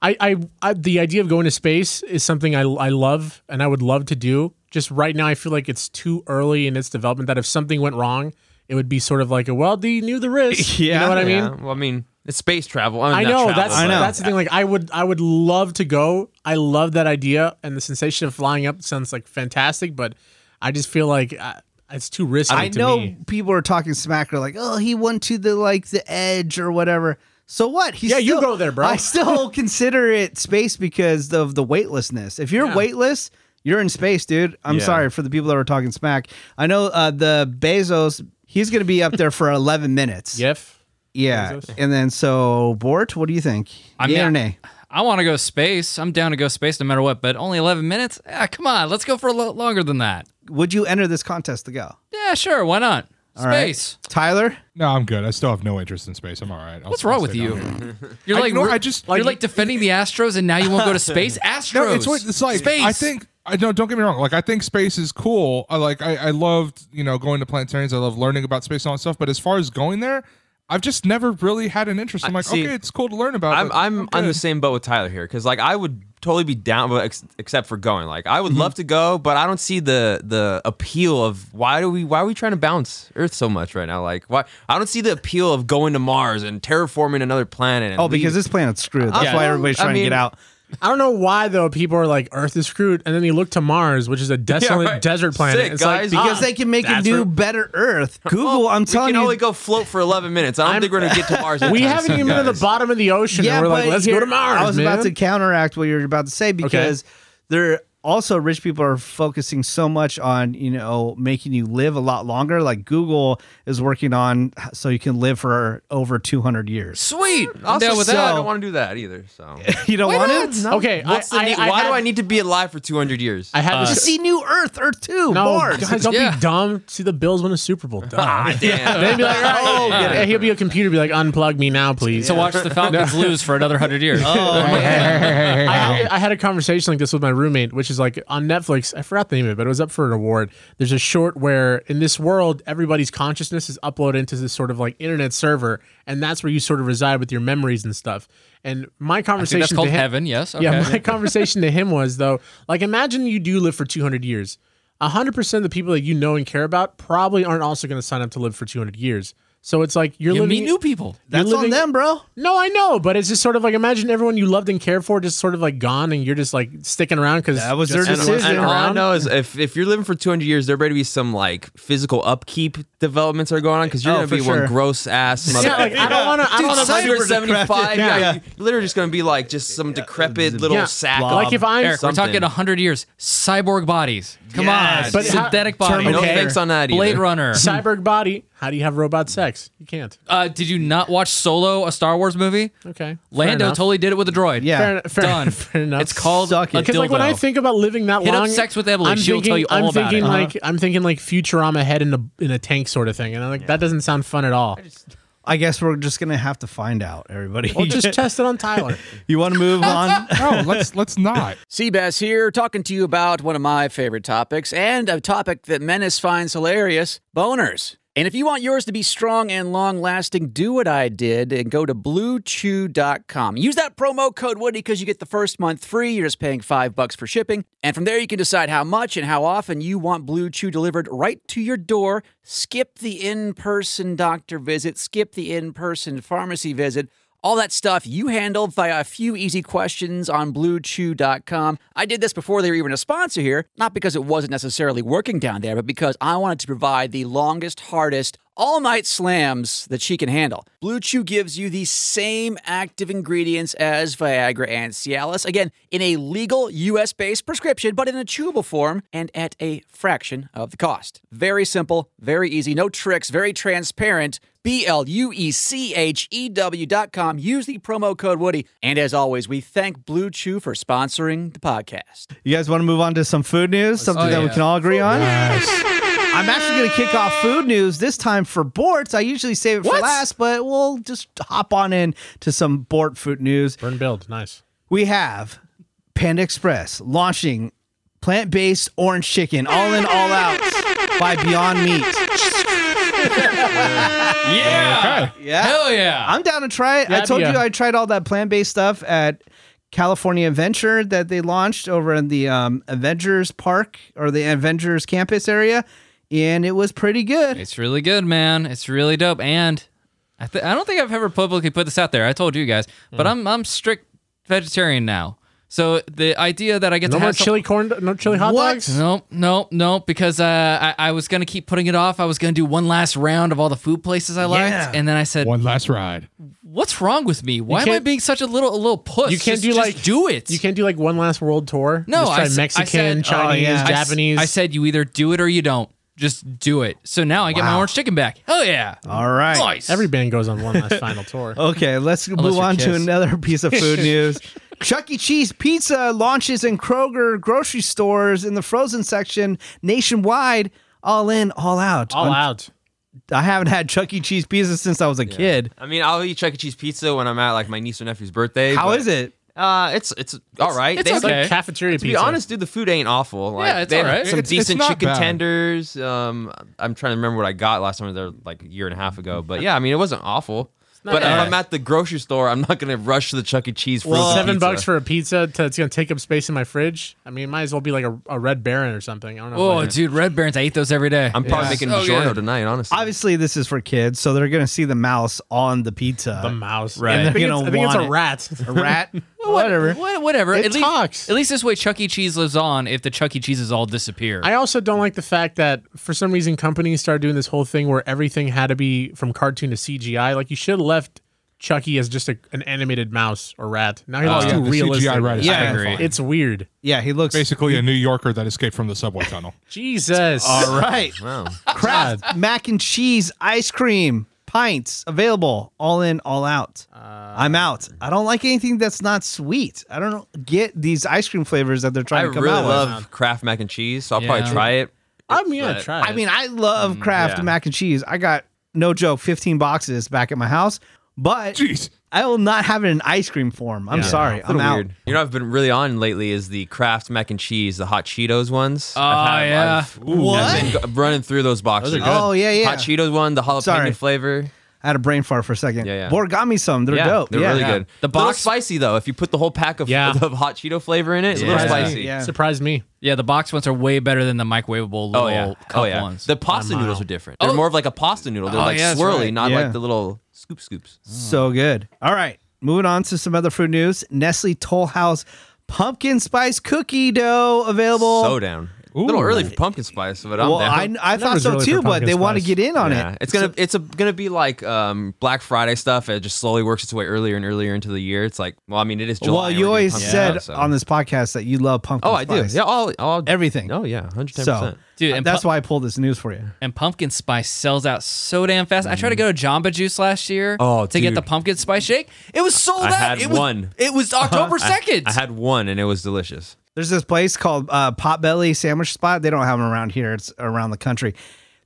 [SPEAKER 3] I, I, I the idea of going to space is something I, I love and I would love to do. Just right now, I feel like it's too early in its development that if something went wrong, it would be sort of like a well, they knew the risk. you
[SPEAKER 1] Yeah.
[SPEAKER 3] know what I mean.
[SPEAKER 4] Yeah. Well, I mean, it's space travel. I, mean,
[SPEAKER 3] I
[SPEAKER 4] not
[SPEAKER 3] know
[SPEAKER 4] travel,
[SPEAKER 3] that's
[SPEAKER 4] but-
[SPEAKER 1] know.
[SPEAKER 3] that's the thing. Like I would I would love to go. I love that idea and the sensation of flying up sounds like fantastic. But I just feel like uh, it's too risky.
[SPEAKER 1] I
[SPEAKER 3] to
[SPEAKER 1] know
[SPEAKER 3] Me.
[SPEAKER 1] people are talking smack or like, oh, he went to the like the edge or whatever. So what? He's
[SPEAKER 3] Yeah, you go there, bro.
[SPEAKER 1] I still consider it space because of the weightlessness. If you're weightless, you're in space, dude. I'm
[SPEAKER 4] Yeah.
[SPEAKER 1] sorry for the people that were talking smack. I know uh, the Bezos. He's gonna be up there for 11 minutes.
[SPEAKER 3] Yef.
[SPEAKER 1] Yeah.
[SPEAKER 3] Bezos.
[SPEAKER 1] And then so Bort, what do you think?
[SPEAKER 2] I
[SPEAKER 1] Yay
[SPEAKER 2] mean,
[SPEAKER 1] or nay?
[SPEAKER 2] I want to go space. I'm down to go space no matter what, but only 11 minutes? Ah, come on. Let's go for a lot longer than that.
[SPEAKER 1] Would you enter this contest to go?
[SPEAKER 2] Yeah, sure. Why not? Space.
[SPEAKER 1] Tyler,
[SPEAKER 5] No, I'm good. I still have no interest in space. I'm all right. I'll-
[SPEAKER 2] What's wrong
[SPEAKER 5] I'll
[SPEAKER 2] with
[SPEAKER 5] stay
[SPEAKER 2] you?
[SPEAKER 5] down here.
[SPEAKER 2] You're
[SPEAKER 5] I-
[SPEAKER 2] like
[SPEAKER 5] no,
[SPEAKER 2] re-
[SPEAKER 5] I just-
[SPEAKER 2] you're
[SPEAKER 5] like,
[SPEAKER 2] like defending the Astros, and now you won't go to space. Astros.
[SPEAKER 5] No, it's what it's like.
[SPEAKER 2] Space.
[SPEAKER 5] I think I don't. Don't get me wrong. Like I think space is cool. I like. I, I loved you know going to planetariums. I love learning about space and all that stuff. But as far as going there, I've just never really had an interest. I'm like,
[SPEAKER 4] see,
[SPEAKER 5] okay, it's cool to learn about.
[SPEAKER 4] I'm
[SPEAKER 5] but
[SPEAKER 4] I'm on the
[SPEAKER 5] good.
[SPEAKER 4] same boat with Tyler here because like I would totally be down, with ex- except for going. Like I
[SPEAKER 3] Mm-hmm.
[SPEAKER 4] would love to go, but I don't see the the appeal of why do we why are we trying to bounce Earth so much right now? Like why I don't see the appeal of going to Mars and terraforming another planet. And
[SPEAKER 1] oh, because this planet's screwed. That's
[SPEAKER 4] Yeah.
[SPEAKER 1] why everybody's
[SPEAKER 4] I
[SPEAKER 1] trying to
[SPEAKER 4] mean-
[SPEAKER 1] get out.
[SPEAKER 3] I don't know why though. People are like Earth is screwed, and then you look to Mars, which is a desolate
[SPEAKER 4] right.
[SPEAKER 3] desert planet.
[SPEAKER 4] Sick,
[SPEAKER 3] it's
[SPEAKER 4] guys.
[SPEAKER 3] like
[SPEAKER 1] because
[SPEAKER 3] ah,
[SPEAKER 1] they can make a
[SPEAKER 3] that's
[SPEAKER 1] new
[SPEAKER 3] where- Oh,
[SPEAKER 1] better Earth. Google, I'm
[SPEAKER 4] we
[SPEAKER 1] telling
[SPEAKER 4] can
[SPEAKER 1] you,
[SPEAKER 4] only go float for 11 minutes. I don't
[SPEAKER 3] I'm-
[SPEAKER 4] think we're gonna get to Mars. in
[SPEAKER 3] we
[SPEAKER 4] time
[SPEAKER 3] haven't
[SPEAKER 4] soon,
[SPEAKER 3] even been to
[SPEAKER 4] guys.
[SPEAKER 3] the bottom of the ocean, and we're like,
[SPEAKER 1] but
[SPEAKER 3] let's go
[SPEAKER 1] here-
[SPEAKER 3] to Mars.
[SPEAKER 1] I was about to
[SPEAKER 3] man."
[SPEAKER 1] counteract what you were about to say because there also rich people are focusing so much on you know making you live a lot longer. Like Google is working on so you can live for over 200 years.
[SPEAKER 2] Sweet. I'm
[SPEAKER 4] Also,
[SPEAKER 2] down with
[SPEAKER 4] so- I
[SPEAKER 2] that.
[SPEAKER 4] don't want to do that either. So
[SPEAKER 1] You don't want to?
[SPEAKER 3] Okay, I-
[SPEAKER 4] What's the
[SPEAKER 3] I-
[SPEAKER 4] need-
[SPEAKER 3] I
[SPEAKER 4] why do
[SPEAKER 3] had-
[SPEAKER 4] I need to be alive for 200 years?
[SPEAKER 3] I had
[SPEAKER 1] To
[SPEAKER 3] this.
[SPEAKER 1] see New Earth, Earth Two,
[SPEAKER 3] No,
[SPEAKER 1] Mars.
[SPEAKER 3] guys, don't
[SPEAKER 2] Yeah.
[SPEAKER 3] be dumb. See the Bills win a Super Bowl. Duh.
[SPEAKER 4] Damn.
[SPEAKER 3] They'd be like, oh, yeah. he'll be a computer, be like, unplug me now, please.
[SPEAKER 2] to watch the Falcons lose for another hundred years.
[SPEAKER 3] I, I had a conversation like this with my roommate, which is like on Netflix. I forgot the name of it, but it was up for an award. There's a short where in this world, everybody's consciousness is uploaded into this sort of like internet server, and that's where you sort of reside with your memories and stuff. And my conversation
[SPEAKER 2] that's called
[SPEAKER 3] to him,
[SPEAKER 2] heaven. Yes. Okay.
[SPEAKER 3] Yeah, my conversation to him was though, like imagine you do live for 200 years. 100% of the people that you know and care about probably aren't also going to sign up to live for 200 years. So it's like you're
[SPEAKER 2] you
[SPEAKER 3] living
[SPEAKER 2] meet new people.
[SPEAKER 3] you're
[SPEAKER 1] That's on
[SPEAKER 3] living-
[SPEAKER 1] them, bro.
[SPEAKER 3] No, I know, but it's just sort of like imagine everyone you loved and cared for just sort of like gone and you're just like sticking around cuz
[SPEAKER 1] That was their
[SPEAKER 4] And, all-
[SPEAKER 1] decision.
[SPEAKER 4] and all I
[SPEAKER 3] around.
[SPEAKER 4] know is if, if you're living for 200 years, there better be some like physical upkeep developments are going on because you're
[SPEAKER 1] Oh,
[SPEAKER 4] gonna
[SPEAKER 1] for
[SPEAKER 4] be
[SPEAKER 1] sure.
[SPEAKER 4] one gross ass mother.
[SPEAKER 3] Yeah, like I don't want to I
[SPEAKER 4] Dude,
[SPEAKER 3] don't want
[SPEAKER 4] some
[SPEAKER 3] to
[SPEAKER 4] people are
[SPEAKER 1] super
[SPEAKER 4] 75.
[SPEAKER 1] decrepit.
[SPEAKER 4] Yeah,
[SPEAKER 3] Yeah.
[SPEAKER 4] you- you're literally just gonna be like just some decrepit little
[SPEAKER 3] Yeah.
[SPEAKER 4] sack. of-
[SPEAKER 3] like if I'm
[SPEAKER 2] Eric, we're
[SPEAKER 4] something.
[SPEAKER 2] talking hundred years. Cyborg bodies. Come on.
[SPEAKER 1] Yes.
[SPEAKER 3] But how-
[SPEAKER 2] Synthetic bodies.
[SPEAKER 4] no
[SPEAKER 3] Okay.
[SPEAKER 4] thanks on that. Either.
[SPEAKER 2] Blade Runner.
[SPEAKER 3] cyborg body, how do you have robot sex? You can't.
[SPEAKER 2] Uh, did you not watch Solo, a Star Wars movie?
[SPEAKER 3] Okay. fair
[SPEAKER 2] Lando
[SPEAKER 3] enough.
[SPEAKER 2] totally did it with a droid.
[SPEAKER 1] Yeah.
[SPEAKER 3] Fair, fair,
[SPEAKER 2] Done.
[SPEAKER 3] fair enough.
[SPEAKER 2] It's called
[SPEAKER 1] Suck
[SPEAKER 2] a
[SPEAKER 1] it.
[SPEAKER 3] Because like when
[SPEAKER 2] dildo.
[SPEAKER 3] I think about living that
[SPEAKER 2] Hit up
[SPEAKER 3] long,
[SPEAKER 2] sex with Emily. She'll tell you all
[SPEAKER 3] I'm
[SPEAKER 2] about
[SPEAKER 3] thinking
[SPEAKER 2] it. Uh-huh.
[SPEAKER 3] like I'm thinking like Futurama head in a in a tank sort of thing, and I'm like that doesn't sound fun at all.
[SPEAKER 1] I guess we're just gonna have to find out, everybody.
[SPEAKER 3] Or just test it on Tyler.
[SPEAKER 1] you want to move on?
[SPEAKER 5] No, let's let's not.
[SPEAKER 6] Seabass here, talking to you about one of my favorite topics and a topic that Menace finds hilarious boners. And if you want yours to be strong and long lasting, do what I did and go to bluechew.com. Use that promo code Woody because you get the first month free. You're just paying five bucks for shipping. And from there, you can decide how much and how often you want Blue Chew delivered right to your door. Skip the in person doctor visit, skip the in person pharmacy visit. All that stuff you handle via a few easy questions on bluechew.com. I did this before they were even a sponsor here, not because it wasn't necessarily working down there, but because I wanted to provide the longest, hardest, all night slams that she can handle. Blue Chew gives you the same active ingredients as Viagra and Cialis, again, in a legal US based prescription, but in a chewable form and at a fraction of the cost. Very simple, very easy, no tricks, very transparent. B L U E C H E W dot com. Use the promo code Woody. And as always, we thank Blue Chew for sponsoring the podcast.
[SPEAKER 1] You guys want to move on to some food news? Something that we
[SPEAKER 2] yeah.
[SPEAKER 1] can all agree on? I'm actually going to kick off food news this time for Bort's. I usually save it for last, but we'll just hop on in to some Bort food news.
[SPEAKER 3] Burn build. Nice.
[SPEAKER 1] We have Panda Express launching plant based orange chicken, all in, all out by Beyond Meat.
[SPEAKER 2] Yeah.
[SPEAKER 1] Yeah.
[SPEAKER 2] Hell yeah.
[SPEAKER 1] I'm down to try it. I
[SPEAKER 3] Yeah,
[SPEAKER 1] told
[SPEAKER 3] yeah.
[SPEAKER 1] you I tried all that plant based stuff at California Adventure that they launched over in the um, Avengers Park or the Avengers campus area, and it was pretty good.
[SPEAKER 2] It's really good, man. It's really dope. And I, th- I don't think I've ever publicly put this out there. I told you guys, but I'm I'm strict vegetarian now. So the idea that I get
[SPEAKER 3] No
[SPEAKER 2] to
[SPEAKER 3] more
[SPEAKER 2] have some-
[SPEAKER 3] chili corn. No chili hot
[SPEAKER 1] What?
[SPEAKER 3] dogs.
[SPEAKER 2] Nope, nope, nope. Because uh, I, I was gonna keep putting it off. I was gonna do one last round of all the food places I liked,
[SPEAKER 1] Yeah.
[SPEAKER 2] and then I said,
[SPEAKER 5] One last ride.
[SPEAKER 2] "What's wrong with me? Why am I
[SPEAKER 3] can't-
[SPEAKER 2] being such a little a little puss?
[SPEAKER 3] You can't
[SPEAKER 2] Just-
[SPEAKER 3] do
[SPEAKER 2] just
[SPEAKER 3] like
[SPEAKER 2] do it.
[SPEAKER 3] You can't do like one last world tour.
[SPEAKER 2] No,
[SPEAKER 3] Just try
[SPEAKER 2] I s- I
[SPEAKER 3] Mexican,
[SPEAKER 2] said- oh,
[SPEAKER 3] Chinese,
[SPEAKER 1] yeah.
[SPEAKER 2] I s-
[SPEAKER 3] Japanese.
[SPEAKER 2] I said you either do it or you don't. Just do it. So now I get my orange chicken back. Oh yeah,
[SPEAKER 1] All right.
[SPEAKER 2] nice.
[SPEAKER 3] Every band goes on one last final tour.
[SPEAKER 2] Oh,
[SPEAKER 1] Okay, let's move
[SPEAKER 2] you're
[SPEAKER 1] on to
[SPEAKER 2] Kiss.
[SPEAKER 1] another piece of food news. Chuck E. Cheese pizza launches in Kroger grocery stores in the frozen section nationwide. All in, all out.
[SPEAKER 3] All
[SPEAKER 1] I'm-
[SPEAKER 3] out.
[SPEAKER 1] I haven't had Chuck E. Cheese pizza since I was a kid.
[SPEAKER 4] I mean, I'll eat Chuck E. Cheese pizza when I'm at like my niece or nephew's birthday.
[SPEAKER 1] How
[SPEAKER 4] but,
[SPEAKER 1] is it?
[SPEAKER 4] Uh, it's it's all right.
[SPEAKER 2] it's
[SPEAKER 4] They have,
[SPEAKER 2] okay.
[SPEAKER 4] like,
[SPEAKER 3] Like cafeteria
[SPEAKER 4] to be
[SPEAKER 3] pizza.
[SPEAKER 4] honest, dude, the food ain't awful. Like,
[SPEAKER 2] Yeah, it's
[SPEAKER 4] they have
[SPEAKER 2] all right.
[SPEAKER 4] Some
[SPEAKER 5] It's- it's
[SPEAKER 4] decent
[SPEAKER 5] not
[SPEAKER 4] chicken
[SPEAKER 5] bad.
[SPEAKER 4] tenders. Um, I'm trying to remember what I got last time. I was there like a year and a half ago. But yeah, I mean, it wasn't awful. But if
[SPEAKER 2] bad.
[SPEAKER 4] I'm at the grocery store, I'm not gonna rush to the Chuck E. Cheese for
[SPEAKER 3] Well, seven bucks for a pizza to, it's gonna take up space in my fridge. I mean, it might as well be like a, a Red Baron or something. I don't know. if I
[SPEAKER 2] Oh,
[SPEAKER 3] can-
[SPEAKER 2] dude, Red Barons. I eat those every day. Oh,
[SPEAKER 4] I'm probably making
[SPEAKER 2] So
[SPEAKER 4] DiGiorno
[SPEAKER 2] good.
[SPEAKER 4] tonight, honestly.
[SPEAKER 1] Obviously, this is for kids, so they're going to see the mouse on the pizza.
[SPEAKER 3] the mouse.
[SPEAKER 1] Right.
[SPEAKER 3] I think,
[SPEAKER 1] You
[SPEAKER 3] it's,
[SPEAKER 1] don't
[SPEAKER 3] I think it's
[SPEAKER 1] want
[SPEAKER 3] a
[SPEAKER 1] it.
[SPEAKER 3] rat.
[SPEAKER 1] a rat, whatever.
[SPEAKER 2] Wha- whatever.
[SPEAKER 3] It
[SPEAKER 2] at least,
[SPEAKER 3] talks.
[SPEAKER 2] At least this way, Chuck E. Cheese lives on. If the Chuck E. Cheeses all disappear, Uh,
[SPEAKER 3] I also don't like the fact that for some reason companies started doing this whole thing where everything had to be from cartoon to CGI. Like you should have left Chucky as just a, an animated mouse or rat. Now he looks
[SPEAKER 5] Oh, yeah,
[SPEAKER 3] too
[SPEAKER 5] the CGI
[SPEAKER 3] realistic.
[SPEAKER 5] rat is
[SPEAKER 1] Yeah.
[SPEAKER 5] terrifying.
[SPEAKER 2] agree.
[SPEAKER 3] It's weird.
[SPEAKER 1] Yeah, he looks
[SPEAKER 5] Basically, a New Yorker that escaped from the subway tunnel.
[SPEAKER 3] Jesus.
[SPEAKER 1] all right.
[SPEAKER 4] wow.
[SPEAKER 1] Kraft mac and cheese ice cream pints available, all in, all out.
[SPEAKER 4] Uh,
[SPEAKER 1] I'm out. I don't like anything that's not sweet. I don't get these ice cream flavors that they're
[SPEAKER 4] I
[SPEAKER 1] trying to come
[SPEAKER 4] really
[SPEAKER 1] out with.
[SPEAKER 4] love Kraft mac and cheese, so I'll
[SPEAKER 2] Yeah.
[SPEAKER 4] probably try it.
[SPEAKER 3] I mean, yeah,
[SPEAKER 4] But-
[SPEAKER 3] try.
[SPEAKER 1] I
[SPEAKER 3] it.
[SPEAKER 1] mean, I love Kraft
[SPEAKER 4] Mm, yeah.
[SPEAKER 1] mac and cheese. I got no joke, 15 boxes back at my house, but
[SPEAKER 5] Jeez.
[SPEAKER 1] I will not have it in ice cream form. I'm sorry. I'm out.
[SPEAKER 4] Weird. You know, I've been really on lately is the Kraft mac and cheese, the hot Cheetos ones.
[SPEAKER 2] Uh,
[SPEAKER 4] Oh
[SPEAKER 2] yeah.
[SPEAKER 1] What?
[SPEAKER 4] I've been g- running through those boxes.
[SPEAKER 3] are good.
[SPEAKER 1] Oh yeah, yeah.
[SPEAKER 4] Hot Cheetos one, the jalapeno
[SPEAKER 1] Sorry.
[SPEAKER 4] flavor.
[SPEAKER 1] I had a brain fart for a second.
[SPEAKER 4] Yeah, yeah.
[SPEAKER 1] Borg got me some. They're
[SPEAKER 4] yeah,
[SPEAKER 1] dope.
[SPEAKER 4] They're
[SPEAKER 1] yeah.
[SPEAKER 4] really
[SPEAKER 1] Yeah.
[SPEAKER 4] good.
[SPEAKER 2] The
[SPEAKER 4] The box
[SPEAKER 2] box-
[SPEAKER 4] spicy though. If you put the whole pack of,
[SPEAKER 3] Yeah.
[SPEAKER 4] of hot Cheeto flavor in it, it's a little
[SPEAKER 2] Yeah.
[SPEAKER 4] spicy.
[SPEAKER 1] Yeah.
[SPEAKER 3] surprised Uh, me.
[SPEAKER 2] yeah, the box ones are way better than the microwavable little
[SPEAKER 4] Oh yeah.
[SPEAKER 2] cup
[SPEAKER 4] Oh yeah.
[SPEAKER 2] ones.
[SPEAKER 4] The pasta noodles are different. They're more of like a pasta noodle. They're
[SPEAKER 2] Oh,
[SPEAKER 4] like
[SPEAKER 2] yeah, that's
[SPEAKER 4] swirly,
[SPEAKER 2] right.
[SPEAKER 4] not
[SPEAKER 1] Yeah.
[SPEAKER 4] like the little scoop scoops.
[SPEAKER 3] Mm.
[SPEAKER 1] So good. All right. Moving on to some other food news. Nestle Toll House pumpkin spice cookie dough available.
[SPEAKER 4] So down. A little early for pumpkin spice, but I'm
[SPEAKER 1] well,
[SPEAKER 4] down.
[SPEAKER 1] I, I thought
[SPEAKER 3] was
[SPEAKER 1] so
[SPEAKER 3] really
[SPEAKER 1] too,
[SPEAKER 3] for
[SPEAKER 1] but
[SPEAKER 3] pumpkin
[SPEAKER 1] they want to
[SPEAKER 3] spice.
[SPEAKER 1] get in on
[SPEAKER 4] yeah,
[SPEAKER 1] it.
[SPEAKER 4] it's gonna it's a, gonna be like um, Black Friday stuff. It just slowly works its way earlier and earlier into the year. It's like, well, I mean, it is July.
[SPEAKER 1] well,
[SPEAKER 4] and
[SPEAKER 1] you
[SPEAKER 4] we're doing
[SPEAKER 1] always
[SPEAKER 4] pumpkin
[SPEAKER 1] said
[SPEAKER 4] stuff, so.
[SPEAKER 1] on this podcast that you love pumpkin
[SPEAKER 4] Oh, I
[SPEAKER 1] spice.
[SPEAKER 4] do. Yeah, all, all
[SPEAKER 1] Everything.
[SPEAKER 4] Oh yeah, hundred ten
[SPEAKER 1] So,
[SPEAKER 4] percent.
[SPEAKER 2] Dude,
[SPEAKER 1] uh,
[SPEAKER 2] and
[SPEAKER 1] that's
[SPEAKER 2] pu-
[SPEAKER 1] why I pulled this news for you.
[SPEAKER 2] and pumpkin spice sells out so damn fast. I tried to go to Jamba Juice last year
[SPEAKER 4] Mm. Oh,
[SPEAKER 2] to get the
[SPEAKER 4] dude.
[SPEAKER 2] pumpkin spice shake. It was sold out.
[SPEAKER 4] had
[SPEAKER 2] it was,
[SPEAKER 4] one.
[SPEAKER 2] It was October second.
[SPEAKER 4] I had one and it was delicious.
[SPEAKER 1] There's this place called uh, Potbelly Sandwich Spot. They don't have them around here. It's around the country.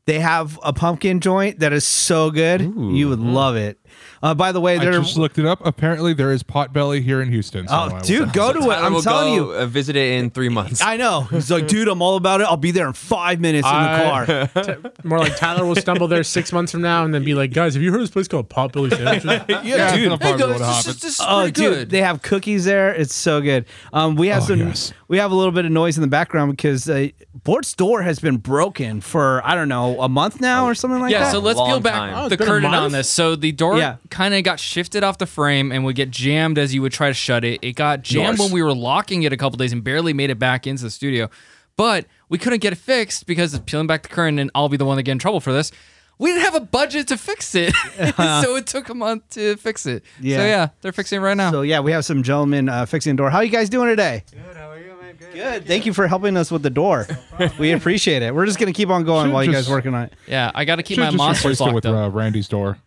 [SPEAKER 1] They have a pumpkin joint that is so good. you would love it. Uh, by the way,
[SPEAKER 5] I
[SPEAKER 1] they're
[SPEAKER 5] just looked it up. Apparently, there is Potbelly here in Houston. so I
[SPEAKER 1] oh,
[SPEAKER 5] was-
[SPEAKER 1] dude, go to it.
[SPEAKER 4] Tyler
[SPEAKER 1] I'm
[SPEAKER 4] will
[SPEAKER 1] telling you,
[SPEAKER 4] go, uh, visit it in three months.
[SPEAKER 1] I know. He's like, dude, I'm all about it. I'll be there in five minutes in the car.
[SPEAKER 3] More like Tyler will stumble there six months from now and then be like, guys, have you heard of this place called Potbelly Sandwiches?
[SPEAKER 5] yeah, that's gonna probably what
[SPEAKER 2] this,
[SPEAKER 5] happened.
[SPEAKER 2] is- this is
[SPEAKER 1] Oh,
[SPEAKER 2] pretty
[SPEAKER 1] dude,
[SPEAKER 2] good.
[SPEAKER 1] they have cookies there. It's so good. Um, we have
[SPEAKER 5] Oh,
[SPEAKER 1] some.
[SPEAKER 5] yes.
[SPEAKER 1] We have a little bit of noise in the background because uh, Bort's door has been broken for I don't know a month now or something like
[SPEAKER 2] yeah,
[SPEAKER 1] that.
[SPEAKER 2] so let's peel
[SPEAKER 4] Long
[SPEAKER 2] back
[SPEAKER 4] time.
[SPEAKER 3] Oh, it's
[SPEAKER 2] the
[SPEAKER 3] been a
[SPEAKER 2] curtain on
[SPEAKER 3] month?
[SPEAKER 2] this. So the door
[SPEAKER 1] Yeah.
[SPEAKER 2] kind of got shifted off the frame and would get jammed as you would try to shut it. It got jammed when we were locking it a couple days and barely made it back into the studio. But we couldn't get it fixed because of peeling back the curtain, and I'll be the one that get in trouble for this. we didn't have a budget to fix it, so it took a month to fix it. So
[SPEAKER 1] Yeah.
[SPEAKER 2] yeah, they're fixing it right now.
[SPEAKER 1] So yeah, we have some gentlemen uh, fixing the door. How you guys doing today? Good. How are you, man? Good. Thank you for helping us with the door. we appreciate it. We're just gonna keep on going
[SPEAKER 5] Should
[SPEAKER 1] while you guys
[SPEAKER 5] just-
[SPEAKER 1] working on it.
[SPEAKER 2] yeah, I got to keep
[SPEAKER 5] Should've
[SPEAKER 2] my
[SPEAKER 5] just
[SPEAKER 2] monsters
[SPEAKER 5] replaced it
[SPEAKER 2] locked
[SPEAKER 5] with
[SPEAKER 2] up.
[SPEAKER 5] uh, Randy's door.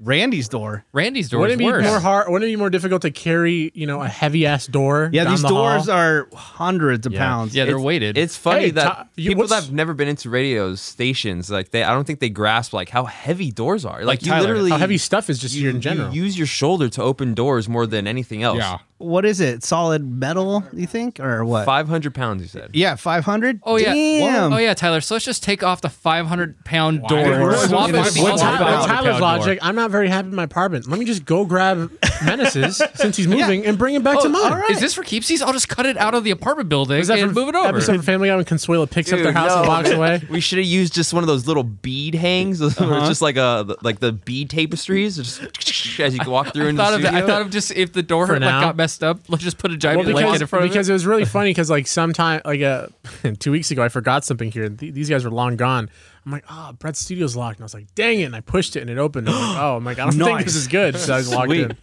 [SPEAKER 1] Randy's door.
[SPEAKER 2] Randy's door
[SPEAKER 3] Wouldn't
[SPEAKER 2] is
[SPEAKER 3] it be
[SPEAKER 2] worse.
[SPEAKER 3] more hard? Wouldn't it be more difficult to carry, you know, a heavy ass door?
[SPEAKER 1] Yeah,
[SPEAKER 3] down
[SPEAKER 1] these
[SPEAKER 3] the
[SPEAKER 1] doors
[SPEAKER 3] hall?
[SPEAKER 1] are hundreds of pounds.
[SPEAKER 2] yeah, they're
[SPEAKER 4] It's-
[SPEAKER 2] weighted.
[SPEAKER 4] It's funny
[SPEAKER 3] Hey,
[SPEAKER 4] that
[SPEAKER 3] Ty- you-
[SPEAKER 4] people that
[SPEAKER 3] what's-
[SPEAKER 4] have never been into radio stations, like they, I don't think they grasp like how heavy doors are. Like, you
[SPEAKER 3] Tyler,
[SPEAKER 4] literally
[SPEAKER 3] how heavy stuff is just
[SPEAKER 4] you,
[SPEAKER 3] here in general.
[SPEAKER 4] You use your shoulder to open doors more than anything else.
[SPEAKER 5] Yeah.
[SPEAKER 1] What is it? Solid metal? You think or what?
[SPEAKER 4] five hundred pounds. You said.
[SPEAKER 1] Yeah, five hundred.
[SPEAKER 2] Oh yeah,
[SPEAKER 1] Damn.
[SPEAKER 2] oh yeah, Tyler. So let's just take off the 500 pound door.
[SPEAKER 5] didn't
[SPEAKER 2] and
[SPEAKER 5] realize it
[SPEAKER 2] swap
[SPEAKER 5] was
[SPEAKER 2] it
[SPEAKER 5] gonna
[SPEAKER 2] with
[SPEAKER 5] be
[SPEAKER 2] the
[SPEAKER 5] one
[SPEAKER 3] What's
[SPEAKER 5] Tyler-
[SPEAKER 2] other
[SPEAKER 3] happening?
[SPEAKER 5] pound.
[SPEAKER 2] 500
[SPEAKER 3] With Tyler's
[SPEAKER 2] pound door.
[SPEAKER 3] logic, I'm not very happy in my apartment. Let me just go grab Menaces since he's moving and bring him back to mine.
[SPEAKER 2] Oh, Is this for keepsies? I'll just cut it out of the apartment building
[SPEAKER 3] Is that
[SPEAKER 2] and
[SPEAKER 3] from
[SPEAKER 2] move it over.
[SPEAKER 3] Episode of Family Guy when Consuela picks up
[SPEAKER 4] Dude,
[SPEAKER 3] their house and
[SPEAKER 4] no,
[SPEAKER 3] walks
[SPEAKER 4] man.
[SPEAKER 3] away.
[SPEAKER 4] We should have used just one of those little bead hangs, where it's just like a like the bead tapestries, just as you walk through.
[SPEAKER 2] I
[SPEAKER 4] in
[SPEAKER 2] thought
[SPEAKER 4] the
[SPEAKER 2] of that. I
[SPEAKER 4] studio.
[SPEAKER 2] thought of just if the door
[SPEAKER 3] For
[SPEAKER 2] like,
[SPEAKER 3] now.
[SPEAKER 2] got messed up, let's just put a giant
[SPEAKER 3] Well,
[SPEAKER 2] blanket
[SPEAKER 3] because,
[SPEAKER 2] in front of it.
[SPEAKER 3] because it was really funny because like sometime like uh, two weeks ago I forgot something here. Th- these guys were long gone. I'm like, ah, Brett's studio's locked, and I was like, dang it! And I pushed it and it opened. I'm like, oh, I'm like, I don't think this
[SPEAKER 1] Nice.
[SPEAKER 3] is good. So I was locked
[SPEAKER 1] Sweet.
[SPEAKER 3] in.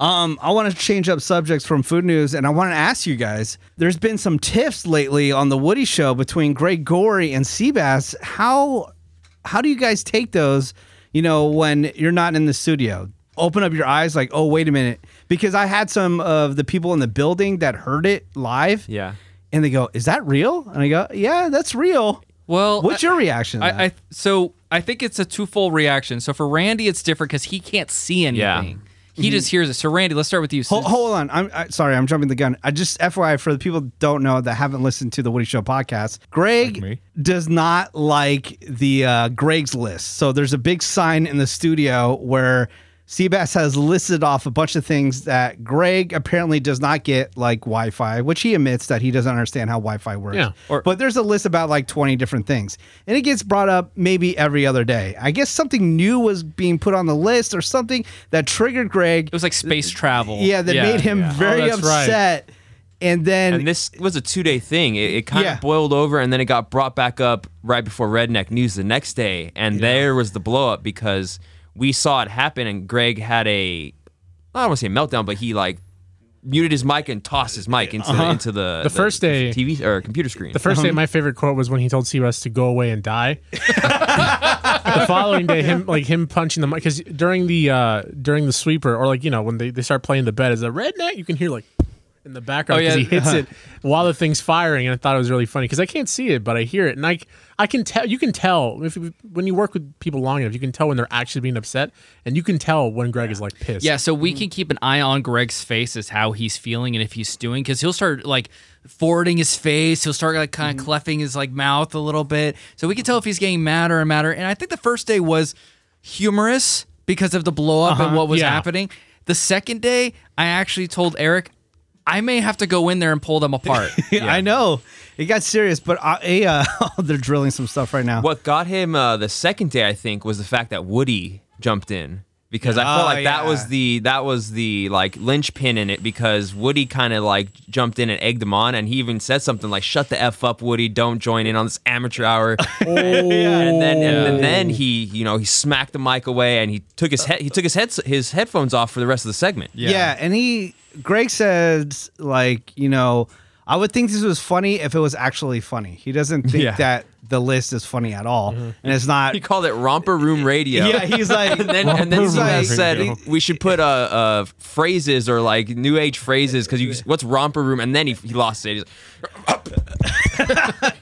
[SPEAKER 1] Um, I want to change up subjects from food news, and I want to ask you guys. There's been some tiffs lately on the Woody Show between Greg Gorey and Seabass. How how do you guys take those? You know, when you're not in the studio, open up your eyes, like, oh, wait a minute, because I had some of the people in the building that heard it live.
[SPEAKER 4] Yeah.
[SPEAKER 1] and they go, "Is that real?" And I go, "Yeah, that's real."
[SPEAKER 2] well,
[SPEAKER 1] What's
[SPEAKER 2] I-
[SPEAKER 1] your reaction? to that?
[SPEAKER 2] I, I so I think it's a twofold reaction. So for Randy, it's different because he can't see anything.
[SPEAKER 4] Yeah.
[SPEAKER 3] Mm-hmm.
[SPEAKER 2] He just hears it. So Randy, let's start with you.
[SPEAKER 1] Ho- Hold, on. I'm I, sorry. I'm jumping the gun. I just FYI for the people that don't know that haven't listened to the Woody Show podcast. Greg
[SPEAKER 5] me.
[SPEAKER 1] does not like the uh, Greg's list. So there's a big sign in the studio where Seabass has listed off a bunch of things that Greg apparently does not get, like Wi-Fi, which he admits that he doesn't understand how Wi-Fi works.
[SPEAKER 3] Yeah.
[SPEAKER 1] but there's a list about like 20 different things, and it gets brought up maybe every other day. I guess something new was being put on the list or something that triggered Greg.
[SPEAKER 2] It was like space travel.
[SPEAKER 1] Yeah, that made him very
[SPEAKER 3] Oh, that's right.
[SPEAKER 1] upset. And then
[SPEAKER 4] And this was a two day thing. It, it kind
[SPEAKER 1] Yeah.
[SPEAKER 4] of boiled over and then it got brought back up right before Redneck News the next day. And there was the blow up because we saw it happen and Greg had a, I don't want to say meltdown, but he like muted his mic and tossed his mic into, into the, the
[SPEAKER 3] first day-
[SPEAKER 4] TV or computer screen.
[SPEAKER 3] The first day,
[SPEAKER 2] Um,
[SPEAKER 3] my favorite quote was when he told Seabass to go away and die. the following day, him like him punching the mic because during the uh during the sweeper or like you know when they, they start playing the bed as a redneck, you can hear like in the background
[SPEAKER 2] Oh,
[SPEAKER 3] because
[SPEAKER 2] yeah.
[SPEAKER 3] he hits it while the thing's firing, and I thought it was really funny because I can't see it, but I hear it, and I I can tell you can tell if you- when you work with people long enough, you can tell when they're actually being upset, and you can tell when Greg is like pissed.
[SPEAKER 2] Yeah, so we can keep an eye on Greg's face as how he's feeling and if he's stewing because he'll start like forwarding his face. He'll start like kind of clefting his like mouth a little bit, so we can tell if he's getting madder and madder. And I think the first day was humorous because of the blow up and what was
[SPEAKER 3] yeah.
[SPEAKER 2] happening. The second day, I actually told Eric. I may have to go in there and pull them apart.
[SPEAKER 1] I know it got serious, but I, uh, they're drilling some stuff right now.
[SPEAKER 4] What got him uh, the second day, I think, was the fact that Woody jumped in because I
[SPEAKER 1] Oh,
[SPEAKER 4] felt like that
[SPEAKER 1] yeah.
[SPEAKER 4] was the that was the like linchpin in it because Woody kind of like jumped in and egged him on, and he even said something like "Shut the f up, Woody! Don't join in on this amateur hour." and then and then he you know he smacked the mic away and he took his head he took his head his headphones off for the rest of the segment.
[SPEAKER 1] Yeah. and he Greg says like you know I would think this was funny if it was actually funny. He doesn't think
[SPEAKER 4] Yeah.
[SPEAKER 1] that the list is funny at all,
[SPEAKER 3] Mm-hmm.
[SPEAKER 1] and it's not.
[SPEAKER 4] He called it romper room radio.
[SPEAKER 1] Yeah, he's like
[SPEAKER 4] and then, and then
[SPEAKER 1] he's
[SPEAKER 4] somebody
[SPEAKER 1] like-
[SPEAKER 4] said we should put uh, uh, phrases or like new age phrases because you what's romper room and then he, he lost it. He's like,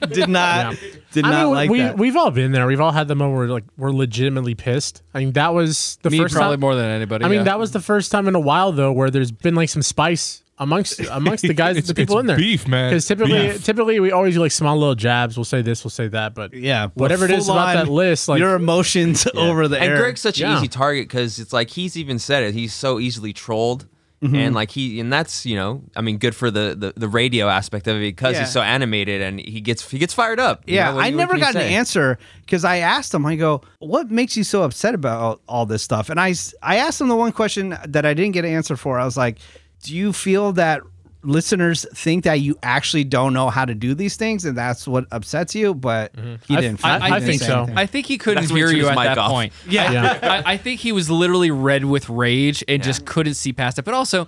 [SPEAKER 1] did not
[SPEAKER 3] Yeah.
[SPEAKER 1] did
[SPEAKER 3] I
[SPEAKER 1] not
[SPEAKER 3] mean,
[SPEAKER 1] like
[SPEAKER 3] we
[SPEAKER 1] that.
[SPEAKER 3] we've all been there. We've all had the moment where like we're legitimately pissed. I mean, that was the
[SPEAKER 2] Me
[SPEAKER 3] first
[SPEAKER 2] probably
[SPEAKER 3] time,
[SPEAKER 2] more than anybody.
[SPEAKER 3] I mean,
[SPEAKER 2] yeah.
[SPEAKER 3] that was the first time in a while though where there's been like some spice amongst amongst the guys,
[SPEAKER 5] It's-
[SPEAKER 3] the people
[SPEAKER 5] it's
[SPEAKER 3] in there.
[SPEAKER 5] beef, man.
[SPEAKER 3] Because typically,
[SPEAKER 5] Beef.
[SPEAKER 3] typically we always do like small little jabs. We'll say this, we'll say that, but
[SPEAKER 1] yeah, but
[SPEAKER 3] whatever it is
[SPEAKER 1] full
[SPEAKER 3] about
[SPEAKER 1] on
[SPEAKER 3] that list, like
[SPEAKER 1] your emotions over the
[SPEAKER 4] and
[SPEAKER 1] air.
[SPEAKER 4] Greg's such
[SPEAKER 3] Yeah.
[SPEAKER 4] an easy target because it's like he's even said it. He's so easily trolled.
[SPEAKER 1] Mm-hmm.
[SPEAKER 4] And like he, and that's you know, I mean, good for the the, the radio aspect of it because
[SPEAKER 1] Yeah.
[SPEAKER 4] he's so animated and he gets he gets fired up. you
[SPEAKER 1] Yeah,
[SPEAKER 4] know, what
[SPEAKER 1] I
[SPEAKER 4] you- what
[SPEAKER 1] never
[SPEAKER 4] can you
[SPEAKER 1] got an
[SPEAKER 4] say?
[SPEAKER 1] answer because I asked him. I go, "What makes you so upset about all this stuff?" And I, s- I asked him the one question that I didn't get an answer for. I was like, "Do you feel that listeners think that you actually don't know how to do these things, and that's what upsets you. But he
[SPEAKER 3] I-
[SPEAKER 1] didn't.
[SPEAKER 3] I-
[SPEAKER 1] he
[SPEAKER 3] I
[SPEAKER 1] didn't
[SPEAKER 3] think
[SPEAKER 1] say
[SPEAKER 3] so.
[SPEAKER 1] anything.
[SPEAKER 2] I think he couldn't
[SPEAKER 4] That's when he
[SPEAKER 2] hear
[SPEAKER 4] took
[SPEAKER 2] you
[SPEAKER 4] his
[SPEAKER 2] at
[SPEAKER 4] mic
[SPEAKER 2] that
[SPEAKER 4] off.
[SPEAKER 2] point. Yeah, I, I think he was literally red with rage and just couldn't see past it. But also,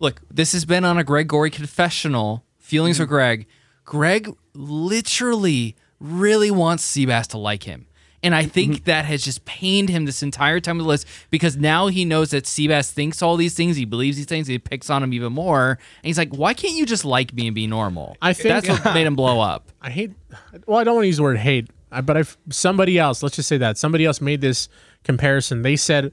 [SPEAKER 2] look, this has been on a Greg Gorey confessional. Feelings for Greg. Greg literally really wants Seabass to like him. And I think that has just pained him this entire time with the list because now he knows that Seabass thinks all these things, he believes these things, he picks on him even more. And he's like, why can't you just like me and be normal?
[SPEAKER 3] I think-
[SPEAKER 2] that's what made him blow up.
[SPEAKER 3] I hate. Well, I don't want to use the word hate, I- but if somebody else, let's just say that somebody else made this comparison. They said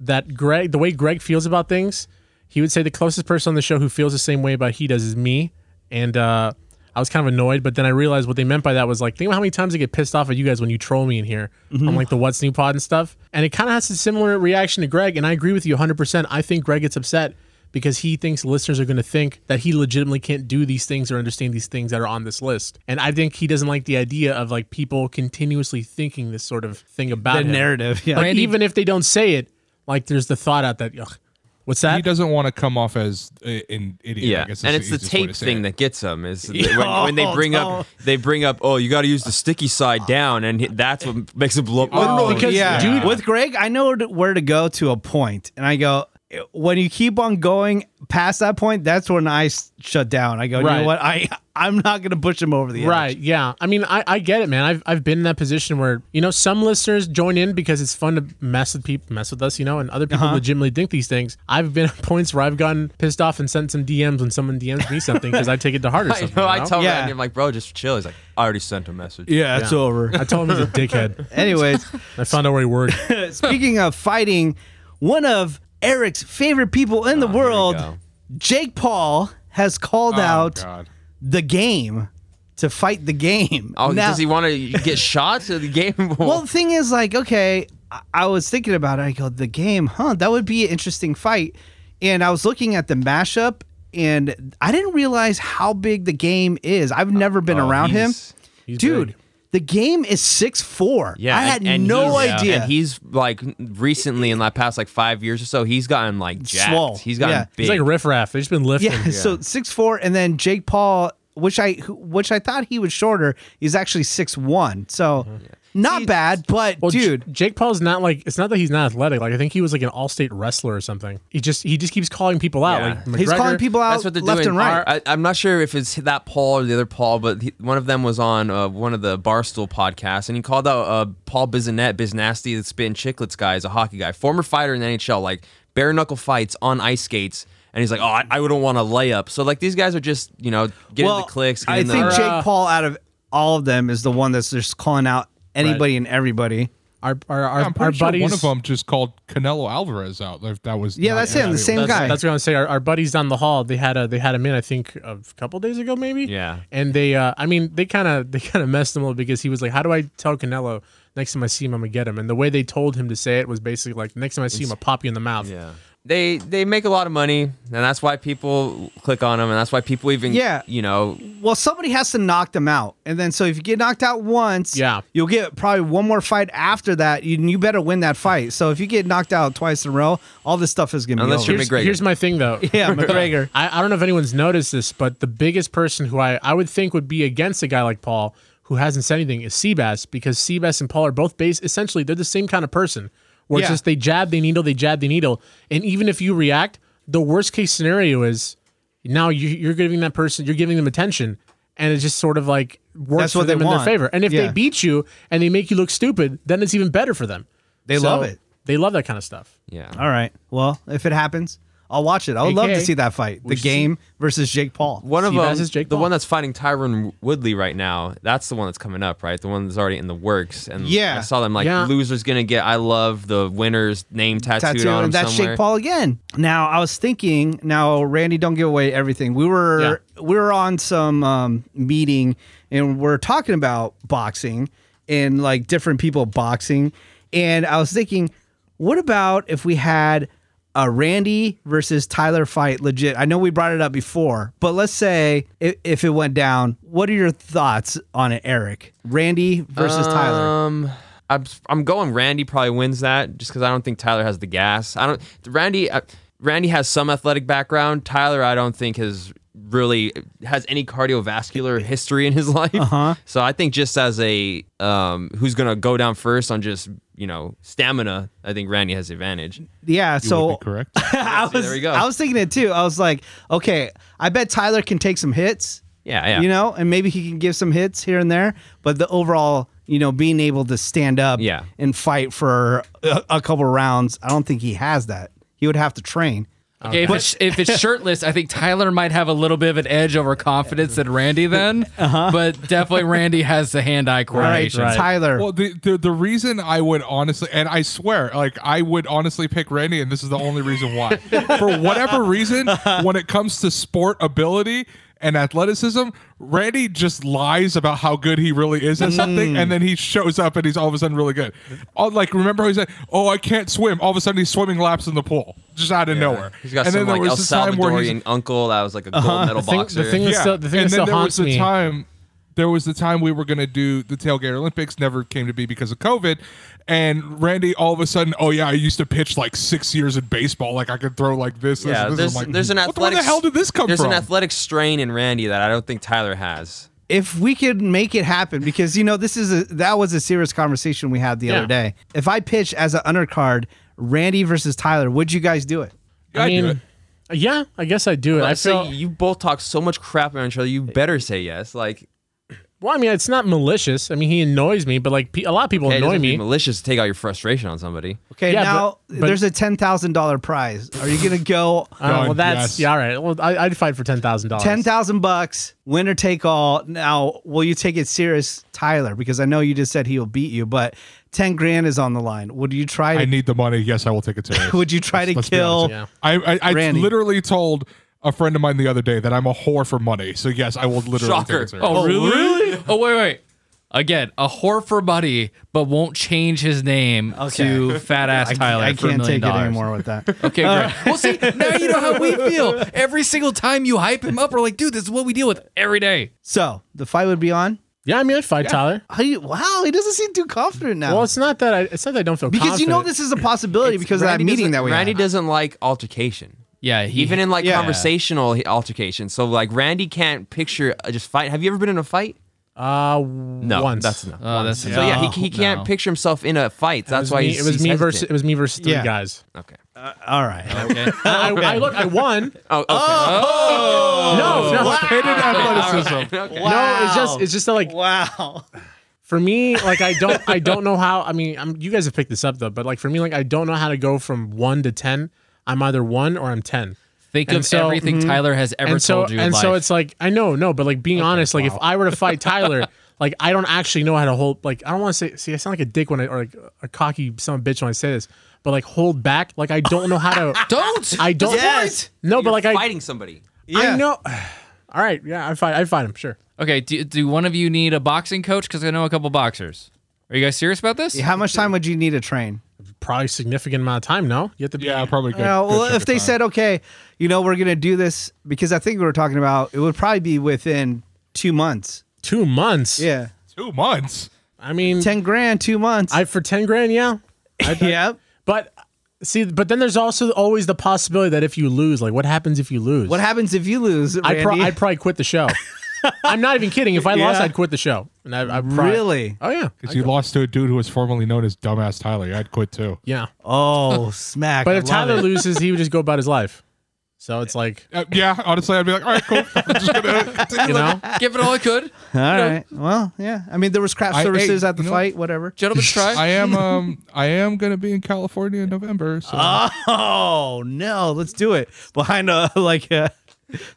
[SPEAKER 3] that Greg, the way Greg feels about things, he would say the closest person on the show who feels the same way about he does is me, and uh, I was kind of annoyed. But then I realized what they meant by that was like, think about how many times I get pissed off at you guys when you troll me in here on like the What's New Pod and stuff. And it kind of has a similar reaction to Greg, and I agree with you 100. percent I think Greg gets upset. Because he thinks listeners are going to think that he legitimately can't do these things or understand these things that are on this list, and I think he doesn't like the idea of like people continuously thinking this sort of thing about
[SPEAKER 1] the
[SPEAKER 3] him.
[SPEAKER 1] narrative. Yeah.
[SPEAKER 3] Like, even if they don't say it, like there's the thought out that, ugh, what's that?
[SPEAKER 5] He doesn't want to come off as uh, an idiot. I
[SPEAKER 4] Yeah,
[SPEAKER 5] guess
[SPEAKER 4] and
[SPEAKER 5] is
[SPEAKER 4] it's the
[SPEAKER 5] easiest way to
[SPEAKER 4] tape
[SPEAKER 5] say
[SPEAKER 4] thing
[SPEAKER 5] it.
[SPEAKER 4] that gets them. Is th- when, when they bring up they bring up oh you got to use the sticky side down, and he- that's what makes it blow.
[SPEAKER 5] Oh,
[SPEAKER 4] Oh,
[SPEAKER 3] because
[SPEAKER 1] yeah.
[SPEAKER 3] dude,
[SPEAKER 1] with Greg, I know to- where to go to a point, and I go. When you keep on going past that point, that's when I s- shut down. I go, you
[SPEAKER 3] Right.
[SPEAKER 1] know what? I I'm not going to push him over the edge.
[SPEAKER 3] Right. Yeah. I mean, I, I get it, man. I've, I've been in that position where, you know, some listeners join in because it's fun to mess with people, mess with us, you know, and other people legitimately think these things. I've been at points where I've gotten pissed off and sent some DMs when someone DMs me something because I take it to heart or
[SPEAKER 4] I,
[SPEAKER 3] something.
[SPEAKER 4] know,
[SPEAKER 3] you
[SPEAKER 4] I
[SPEAKER 3] know?
[SPEAKER 4] tell
[SPEAKER 1] Yeah.
[SPEAKER 4] Randy, I'm like, bro, just chill. He's like, I already sent a message.
[SPEAKER 1] Yeah, it's over.
[SPEAKER 3] I told him he's a dickhead.
[SPEAKER 1] Anyways,
[SPEAKER 3] I found out where he worked.
[SPEAKER 1] speaking of fighting, one of Eric's favorite people in the world,
[SPEAKER 4] go.
[SPEAKER 1] Jake Paul, has called
[SPEAKER 5] Oh,
[SPEAKER 1] out
[SPEAKER 5] God.
[SPEAKER 1] the game to fight the game.
[SPEAKER 4] Oh,
[SPEAKER 1] Now-
[SPEAKER 4] does he want to get shot at the game?
[SPEAKER 1] Well, the thing is, like, okay, I- I was thinking about it. I go, the game, huh? That would be an interesting fight. And I was looking at the mashup, and I didn't realize how big the game is. I've never been
[SPEAKER 4] oh,
[SPEAKER 1] around him,
[SPEAKER 4] he's-
[SPEAKER 1] dude.
[SPEAKER 3] big.
[SPEAKER 1] The game is six four. I had no
[SPEAKER 4] he's-
[SPEAKER 1] idea.
[SPEAKER 4] And he's like recently in the past like five years or so, he's gotten like jacked.
[SPEAKER 1] Swole.
[SPEAKER 4] He's gotten
[SPEAKER 1] Yeah.
[SPEAKER 4] big.
[SPEAKER 3] He's like riffraff. They've just been lifting.
[SPEAKER 1] Yeah, so six four, and then Jake Paul, which I who- which I thought he was shorter, he's actually six one. So
[SPEAKER 4] Mm-hmm.
[SPEAKER 1] not bad, but
[SPEAKER 3] Well, J-
[SPEAKER 1] dude,
[SPEAKER 3] Jake Paul's not like it's not that he's not athletic. Like I think he was like an all-state wrestler or something. He just he just keeps calling people out.
[SPEAKER 4] Yeah.
[SPEAKER 3] Like
[SPEAKER 1] he's
[SPEAKER 3] McGregor-
[SPEAKER 1] calling people out
[SPEAKER 4] That's what they're
[SPEAKER 1] left
[SPEAKER 4] doing.
[SPEAKER 1] and right.
[SPEAKER 4] I, I'm not sure if it's that Paul or the other Paul, but he, one of them was on uh, one of the Barstool podcasts, and he called out uh, Paul Bizanet, Biznasty, the Spin Chicklets guy, is a hockey guy, former fighter in the NHL, like bare knuckle fights on ice skates. And he's like, oh, I, I wouldn't want to lay up. So like these guys are just, you know, getting
[SPEAKER 1] well,
[SPEAKER 4] the clicks.
[SPEAKER 1] I
[SPEAKER 4] getting
[SPEAKER 1] think
[SPEAKER 4] the,
[SPEAKER 1] Jake Paul out of all of them is the one that's just calling out anybody and everybody.
[SPEAKER 3] Our our our,
[SPEAKER 5] Yeah, I'm
[SPEAKER 3] our
[SPEAKER 5] pretty sure
[SPEAKER 3] buddies.
[SPEAKER 5] one of them just called Canelo Alvarez out. If that was
[SPEAKER 1] Yeah,
[SPEAKER 5] not
[SPEAKER 1] that's him. The
[SPEAKER 5] accurate.
[SPEAKER 1] same
[SPEAKER 3] that's,
[SPEAKER 1] guy.
[SPEAKER 3] That's what I'm saying. Our, our buddies down the hall, they had a they had him in, I think, a couple days ago, maybe.
[SPEAKER 4] Yeah.
[SPEAKER 3] And they, uh, I mean, they kind of they kind of messed him up because he was like, "How do I tell Canelo next time I see him, I'm gonna get him?" And the way they told him to say it was basically like, "Next time I see him, I'll pop you in the mouth."
[SPEAKER 4] Yeah. They they make a lot of money, and that's why people click on them, and that's why people even
[SPEAKER 1] Yeah.
[SPEAKER 4] you know
[SPEAKER 1] Well, somebody has to knock them out, and then so if you get knocked out once,
[SPEAKER 3] Yeah.
[SPEAKER 1] you'll get probably one more fight after that. You, you better win that fight. So if you get knocked out twice in a row, all this stuff is gonna
[SPEAKER 4] Unless
[SPEAKER 1] be over.
[SPEAKER 4] you're
[SPEAKER 3] Here's,
[SPEAKER 4] McGregor.
[SPEAKER 3] here's my thing though.
[SPEAKER 1] yeah, McGregor.
[SPEAKER 3] I, I don't know if anyone's noticed this, but the biggest person who I, I would think would be against a guy like Paul who hasn't said anything is Seabass because Seabass and Paul are both based essentially they're the same kind of person. Where it's
[SPEAKER 1] Yeah.
[SPEAKER 3] just they jab, they needle, they jab, they needle. And even if you react, the worst case scenario is now you, you're giving that person, you're giving them attention. And it just sort of like works
[SPEAKER 1] That's
[SPEAKER 3] for
[SPEAKER 1] what
[SPEAKER 3] them
[SPEAKER 1] they
[SPEAKER 3] in
[SPEAKER 1] want.
[SPEAKER 3] their favor. And if
[SPEAKER 1] Yeah.
[SPEAKER 3] they beat you and they make you look stupid, then it's even better for them.
[SPEAKER 1] They love it.
[SPEAKER 3] They love that kind of stuff.
[SPEAKER 4] yeah.
[SPEAKER 1] All right. Well, if it happens, I'll watch it. I would love to
[SPEAKER 3] AKA,
[SPEAKER 1] see that fight. The
[SPEAKER 3] we should see-
[SPEAKER 1] game versus Jake Paul.
[SPEAKER 4] One of
[SPEAKER 3] Steve
[SPEAKER 4] them,
[SPEAKER 3] Ash is Jake
[SPEAKER 4] the
[SPEAKER 3] Paul.
[SPEAKER 4] one that's fighting Tyron Woodley right now, that's the one that's coming up, right? The one that's already in the works. And
[SPEAKER 1] Yeah.
[SPEAKER 4] I saw them like
[SPEAKER 3] Yeah.
[SPEAKER 4] losers gonna get I love the winner's name tattooed
[SPEAKER 1] tattoo,
[SPEAKER 4] on him
[SPEAKER 1] and that's
[SPEAKER 4] somewhere.
[SPEAKER 1] Jake Paul again. Now I was thinking. Now Randy, don't give away everything. We were we were on some um, meeting and we're talking about boxing and like different people boxing, and I was thinking, what about if we had a Randy versus Tyler fight? Legit, I know we brought it up before, but let's say if, if it went down, what are your thoughts on it, Eric? Randy versus Tyler.
[SPEAKER 4] Um, I'm I'm going. Randy probably wins that just because I don't think Tyler has the gas. I don't. Randy uh, Randy has some athletic background. Tyler, I don't think has really has any cardiovascular history in his life.
[SPEAKER 3] Uh-huh.
[SPEAKER 4] So I think just as a um, who's gonna go down first on just you know stamina, I think Randy has the advantage.
[SPEAKER 1] Yeah, so
[SPEAKER 5] correct.
[SPEAKER 1] I was
[SPEAKER 4] see, there we go.
[SPEAKER 1] I was thinking it too. I was like, okay, I bet Tyler can take some hits.
[SPEAKER 4] Yeah, yeah.
[SPEAKER 1] You know, and maybe he can give some hits here and there, but the overall, you know, being able to stand up
[SPEAKER 4] Yeah.
[SPEAKER 1] and fight for a, a couple rounds, I don't think he has that. He would have to train.
[SPEAKER 2] Okay, if, it's, if it's shirtless, I think Tyler might have a little bit of an edge over confidence than Randy then, but definitely Randy has the hand-eye coordination.
[SPEAKER 1] Tyler.
[SPEAKER 5] Well, the, the the reason I would honestly, and I swear, like I would honestly pick Randy, and this is the only reason why. For whatever reason, when it comes to sport ability and athleticism, Randy just lies about how good he really is at
[SPEAKER 4] Mm.
[SPEAKER 5] something, and then he shows up and he's all of a sudden really good. All, like remember how he said, "Oh, I can't swim." All of a sudden, he's swimming laps in the pool, just out of nowhere.
[SPEAKER 4] He's got
[SPEAKER 5] and
[SPEAKER 4] some like El
[SPEAKER 5] this time where he's-
[SPEAKER 4] Salvadorian uncle that was like a gold
[SPEAKER 3] The
[SPEAKER 4] medal
[SPEAKER 3] thing-
[SPEAKER 4] boxer.
[SPEAKER 3] the thing is- still- the thing
[SPEAKER 5] and then
[SPEAKER 3] that still
[SPEAKER 5] there
[SPEAKER 3] haunts
[SPEAKER 5] was the
[SPEAKER 3] me-
[SPEAKER 5] time there was the time we were going to do the tailgate olympics never came to be because of covid and randy all of a sudden oh yeah i used to pitch like six years in baseball like i could throw like this, this,
[SPEAKER 4] yeah,
[SPEAKER 5] and this.
[SPEAKER 4] there's,
[SPEAKER 5] I'm like,
[SPEAKER 4] there's an
[SPEAKER 5] what the- where
[SPEAKER 4] athletic.
[SPEAKER 5] the hell did this come
[SPEAKER 4] There's
[SPEAKER 5] from
[SPEAKER 4] an athletic strain in Randy that I don't think Tyler has.
[SPEAKER 1] if we could make it happen because you know this is a that was a serious conversation we had the
[SPEAKER 3] Yeah.
[SPEAKER 1] other day if i pitch as an undercard randy versus tyler would you guys do it
[SPEAKER 5] I do it.
[SPEAKER 3] yeah, I guess I do it. I
[SPEAKER 4] I
[SPEAKER 3] feel
[SPEAKER 4] say you both talk so much crap on each other. You better say yes. Like
[SPEAKER 3] well. I mean, it's not malicious. I mean, he annoys me, but like pe- a lot of people
[SPEAKER 4] hey, it
[SPEAKER 3] annoy
[SPEAKER 4] doesn't
[SPEAKER 3] me.
[SPEAKER 4] Be malicious to take out your frustration on somebody.
[SPEAKER 1] okay
[SPEAKER 3] Yeah,
[SPEAKER 1] now
[SPEAKER 3] but- but-
[SPEAKER 1] there's a $10000 prize are you gonna go
[SPEAKER 3] Uh, well,
[SPEAKER 5] God,
[SPEAKER 3] that's
[SPEAKER 5] yes.
[SPEAKER 3] yeah. All right. Well, I, I'd fight for ten thousand dollars.
[SPEAKER 1] Ten thousand bucks, winner take all. Now, will you take it serious, Tyler? Because I know you just said he'll beat you, but ten grand is on the line. Would you try? To,
[SPEAKER 5] i need the money yes i will take it serious.
[SPEAKER 1] would you try to
[SPEAKER 5] Let's be
[SPEAKER 1] kill?
[SPEAKER 5] honest. i, I, I
[SPEAKER 1] Randy.
[SPEAKER 5] literally told a friend of mine the other day that i'm a whore for money so yes i will literally take
[SPEAKER 4] Shocker.
[SPEAKER 5] it serious.
[SPEAKER 2] Oh, really? Oh, wait, wait. Again, a whore for Buddy, but won't change his name to Fat Ass Tyler
[SPEAKER 1] I
[SPEAKER 2] for a
[SPEAKER 1] can't
[SPEAKER 2] million
[SPEAKER 1] take it
[SPEAKER 2] dollars.
[SPEAKER 1] anymore with that.
[SPEAKER 2] Okay, great. well, see, now you know how we feel. Every single time you hype him up, we're like, dude, this is what we deal with every day.
[SPEAKER 1] so the fight would be on.
[SPEAKER 3] Yeah, I mean, I'd fight Tyler.
[SPEAKER 1] How you, wow, he doesn't seem too confident now.
[SPEAKER 3] Well, it's not that I. It's not that I don't feel
[SPEAKER 1] because you know
[SPEAKER 3] confident.
[SPEAKER 1] this is a possibility because of that
[SPEAKER 4] Randy
[SPEAKER 1] meeting
[SPEAKER 4] doesn't-
[SPEAKER 1] that we
[SPEAKER 4] Randy
[SPEAKER 1] had.
[SPEAKER 4] doesn't like altercation.
[SPEAKER 2] Yeah, he,
[SPEAKER 4] Even in like
[SPEAKER 1] Yeah.
[SPEAKER 4] conversational altercations. So like Randy can't picture uh, just fight. Have you ever been in a fight?
[SPEAKER 3] Uh,
[SPEAKER 4] No,
[SPEAKER 3] once. Uh,
[SPEAKER 4] that's not.
[SPEAKER 2] Oh, that's
[SPEAKER 4] So yeah, he, he can't picture himself in a fight.
[SPEAKER 3] It
[SPEAKER 4] That's
[SPEAKER 3] was
[SPEAKER 4] why
[SPEAKER 3] me-
[SPEAKER 4] he's
[SPEAKER 3] it was
[SPEAKER 4] he's
[SPEAKER 3] me
[SPEAKER 4] hesitant.
[SPEAKER 3] versus it was me versus three
[SPEAKER 1] Yeah.
[SPEAKER 3] guys.
[SPEAKER 4] Okay.
[SPEAKER 1] All right.
[SPEAKER 2] Okay.
[SPEAKER 3] I, I look, I won.
[SPEAKER 4] Oh, okay. Oh,
[SPEAKER 3] No, no,
[SPEAKER 5] Hated athleticism
[SPEAKER 3] no. It's just, it's just that, like
[SPEAKER 1] Wow.
[SPEAKER 3] for me, like I don't, I don't know how. I mean, I'm, you guys have picked this up though, but like for me, like I don't know how to go from one to ten. I'm either one or I'm ten.
[SPEAKER 2] Think
[SPEAKER 3] And
[SPEAKER 2] of
[SPEAKER 3] so-
[SPEAKER 2] everything Tyler has ever
[SPEAKER 3] and so,
[SPEAKER 2] told you. in
[SPEAKER 3] and so
[SPEAKER 2] life.
[SPEAKER 3] it's like I know, no, but like being honest, like if I were to fight Tyler, like I don't actually know how to hold. Like I don't want to say. See, I sound like a dick when I or like a cocky son of a bitch when I say this, but like hold back. Like I don't know how to.
[SPEAKER 2] don't.
[SPEAKER 3] I don't.
[SPEAKER 1] Yes.
[SPEAKER 3] No, but
[SPEAKER 4] You're
[SPEAKER 3] like I,
[SPEAKER 4] fighting somebody.
[SPEAKER 1] Yeah.
[SPEAKER 3] I know. All right, yeah, I fight. I fight him. Sure.
[SPEAKER 2] Okay, do, do one of you need a boxing coach? Because I know a couple boxers. Are you guys serious about this?
[SPEAKER 1] How much time would you need to train?
[SPEAKER 3] Probably significant amount of time. No, you have to be.
[SPEAKER 5] yeah probably good,
[SPEAKER 1] Now,
[SPEAKER 5] good
[SPEAKER 1] well,
[SPEAKER 5] chunk
[SPEAKER 1] if
[SPEAKER 5] of
[SPEAKER 1] they
[SPEAKER 5] time.
[SPEAKER 1] said, okay, you know, we're going to do this, because I think we were talking about it would probably be within two months.
[SPEAKER 3] two months.
[SPEAKER 1] Yeah.
[SPEAKER 5] two months
[SPEAKER 3] I mean,
[SPEAKER 1] 10 grand, two months.
[SPEAKER 3] I for ten grand. Yeah,
[SPEAKER 1] yep.
[SPEAKER 3] but see, but then there's also always the possibility that if you lose, like, what happens if you lose?
[SPEAKER 1] What happens if you lose?
[SPEAKER 3] I'd,
[SPEAKER 1] Randy?
[SPEAKER 3] pro- I'd probably quit the show. I'm not even kidding. If I lost, I'd quit the show. And I, I'd probably-
[SPEAKER 1] really?
[SPEAKER 3] Oh yeah.
[SPEAKER 5] Because you lost to a dude who was formerly known as Dumbass Tyler. I'd quit too.
[SPEAKER 3] Yeah.
[SPEAKER 1] Oh, smack.
[SPEAKER 3] But
[SPEAKER 1] I
[SPEAKER 3] if
[SPEAKER 1] love
[SPEAKER 3] Tyler
[SPEAKER 1] it.
[SPEAKER 3] loses, he would just go about his life. So it's like,
[SPEAKER 5] Uh, yeah, honestly, I'd be like, all right, cool. I'm just gonna continue
[SPEAKER 3] you know,
[SPEAKER 2] Give it all I could.
[SPEAKER 1] All right. Well, yeah. I mean, there was craft
[SPEAKER 5] I- hey,
[SPEAKER 1] services at the
[SPEAKER 5] you know-
[SPEAKER 1] fight, whatever.
[SPEAKER 2] Gentlemen, try.
[SPEAKER 5] I am um I am gonna be in California in November. So
[SPEAKER 1] Oh, no. Let's do it. Behind a, like, a,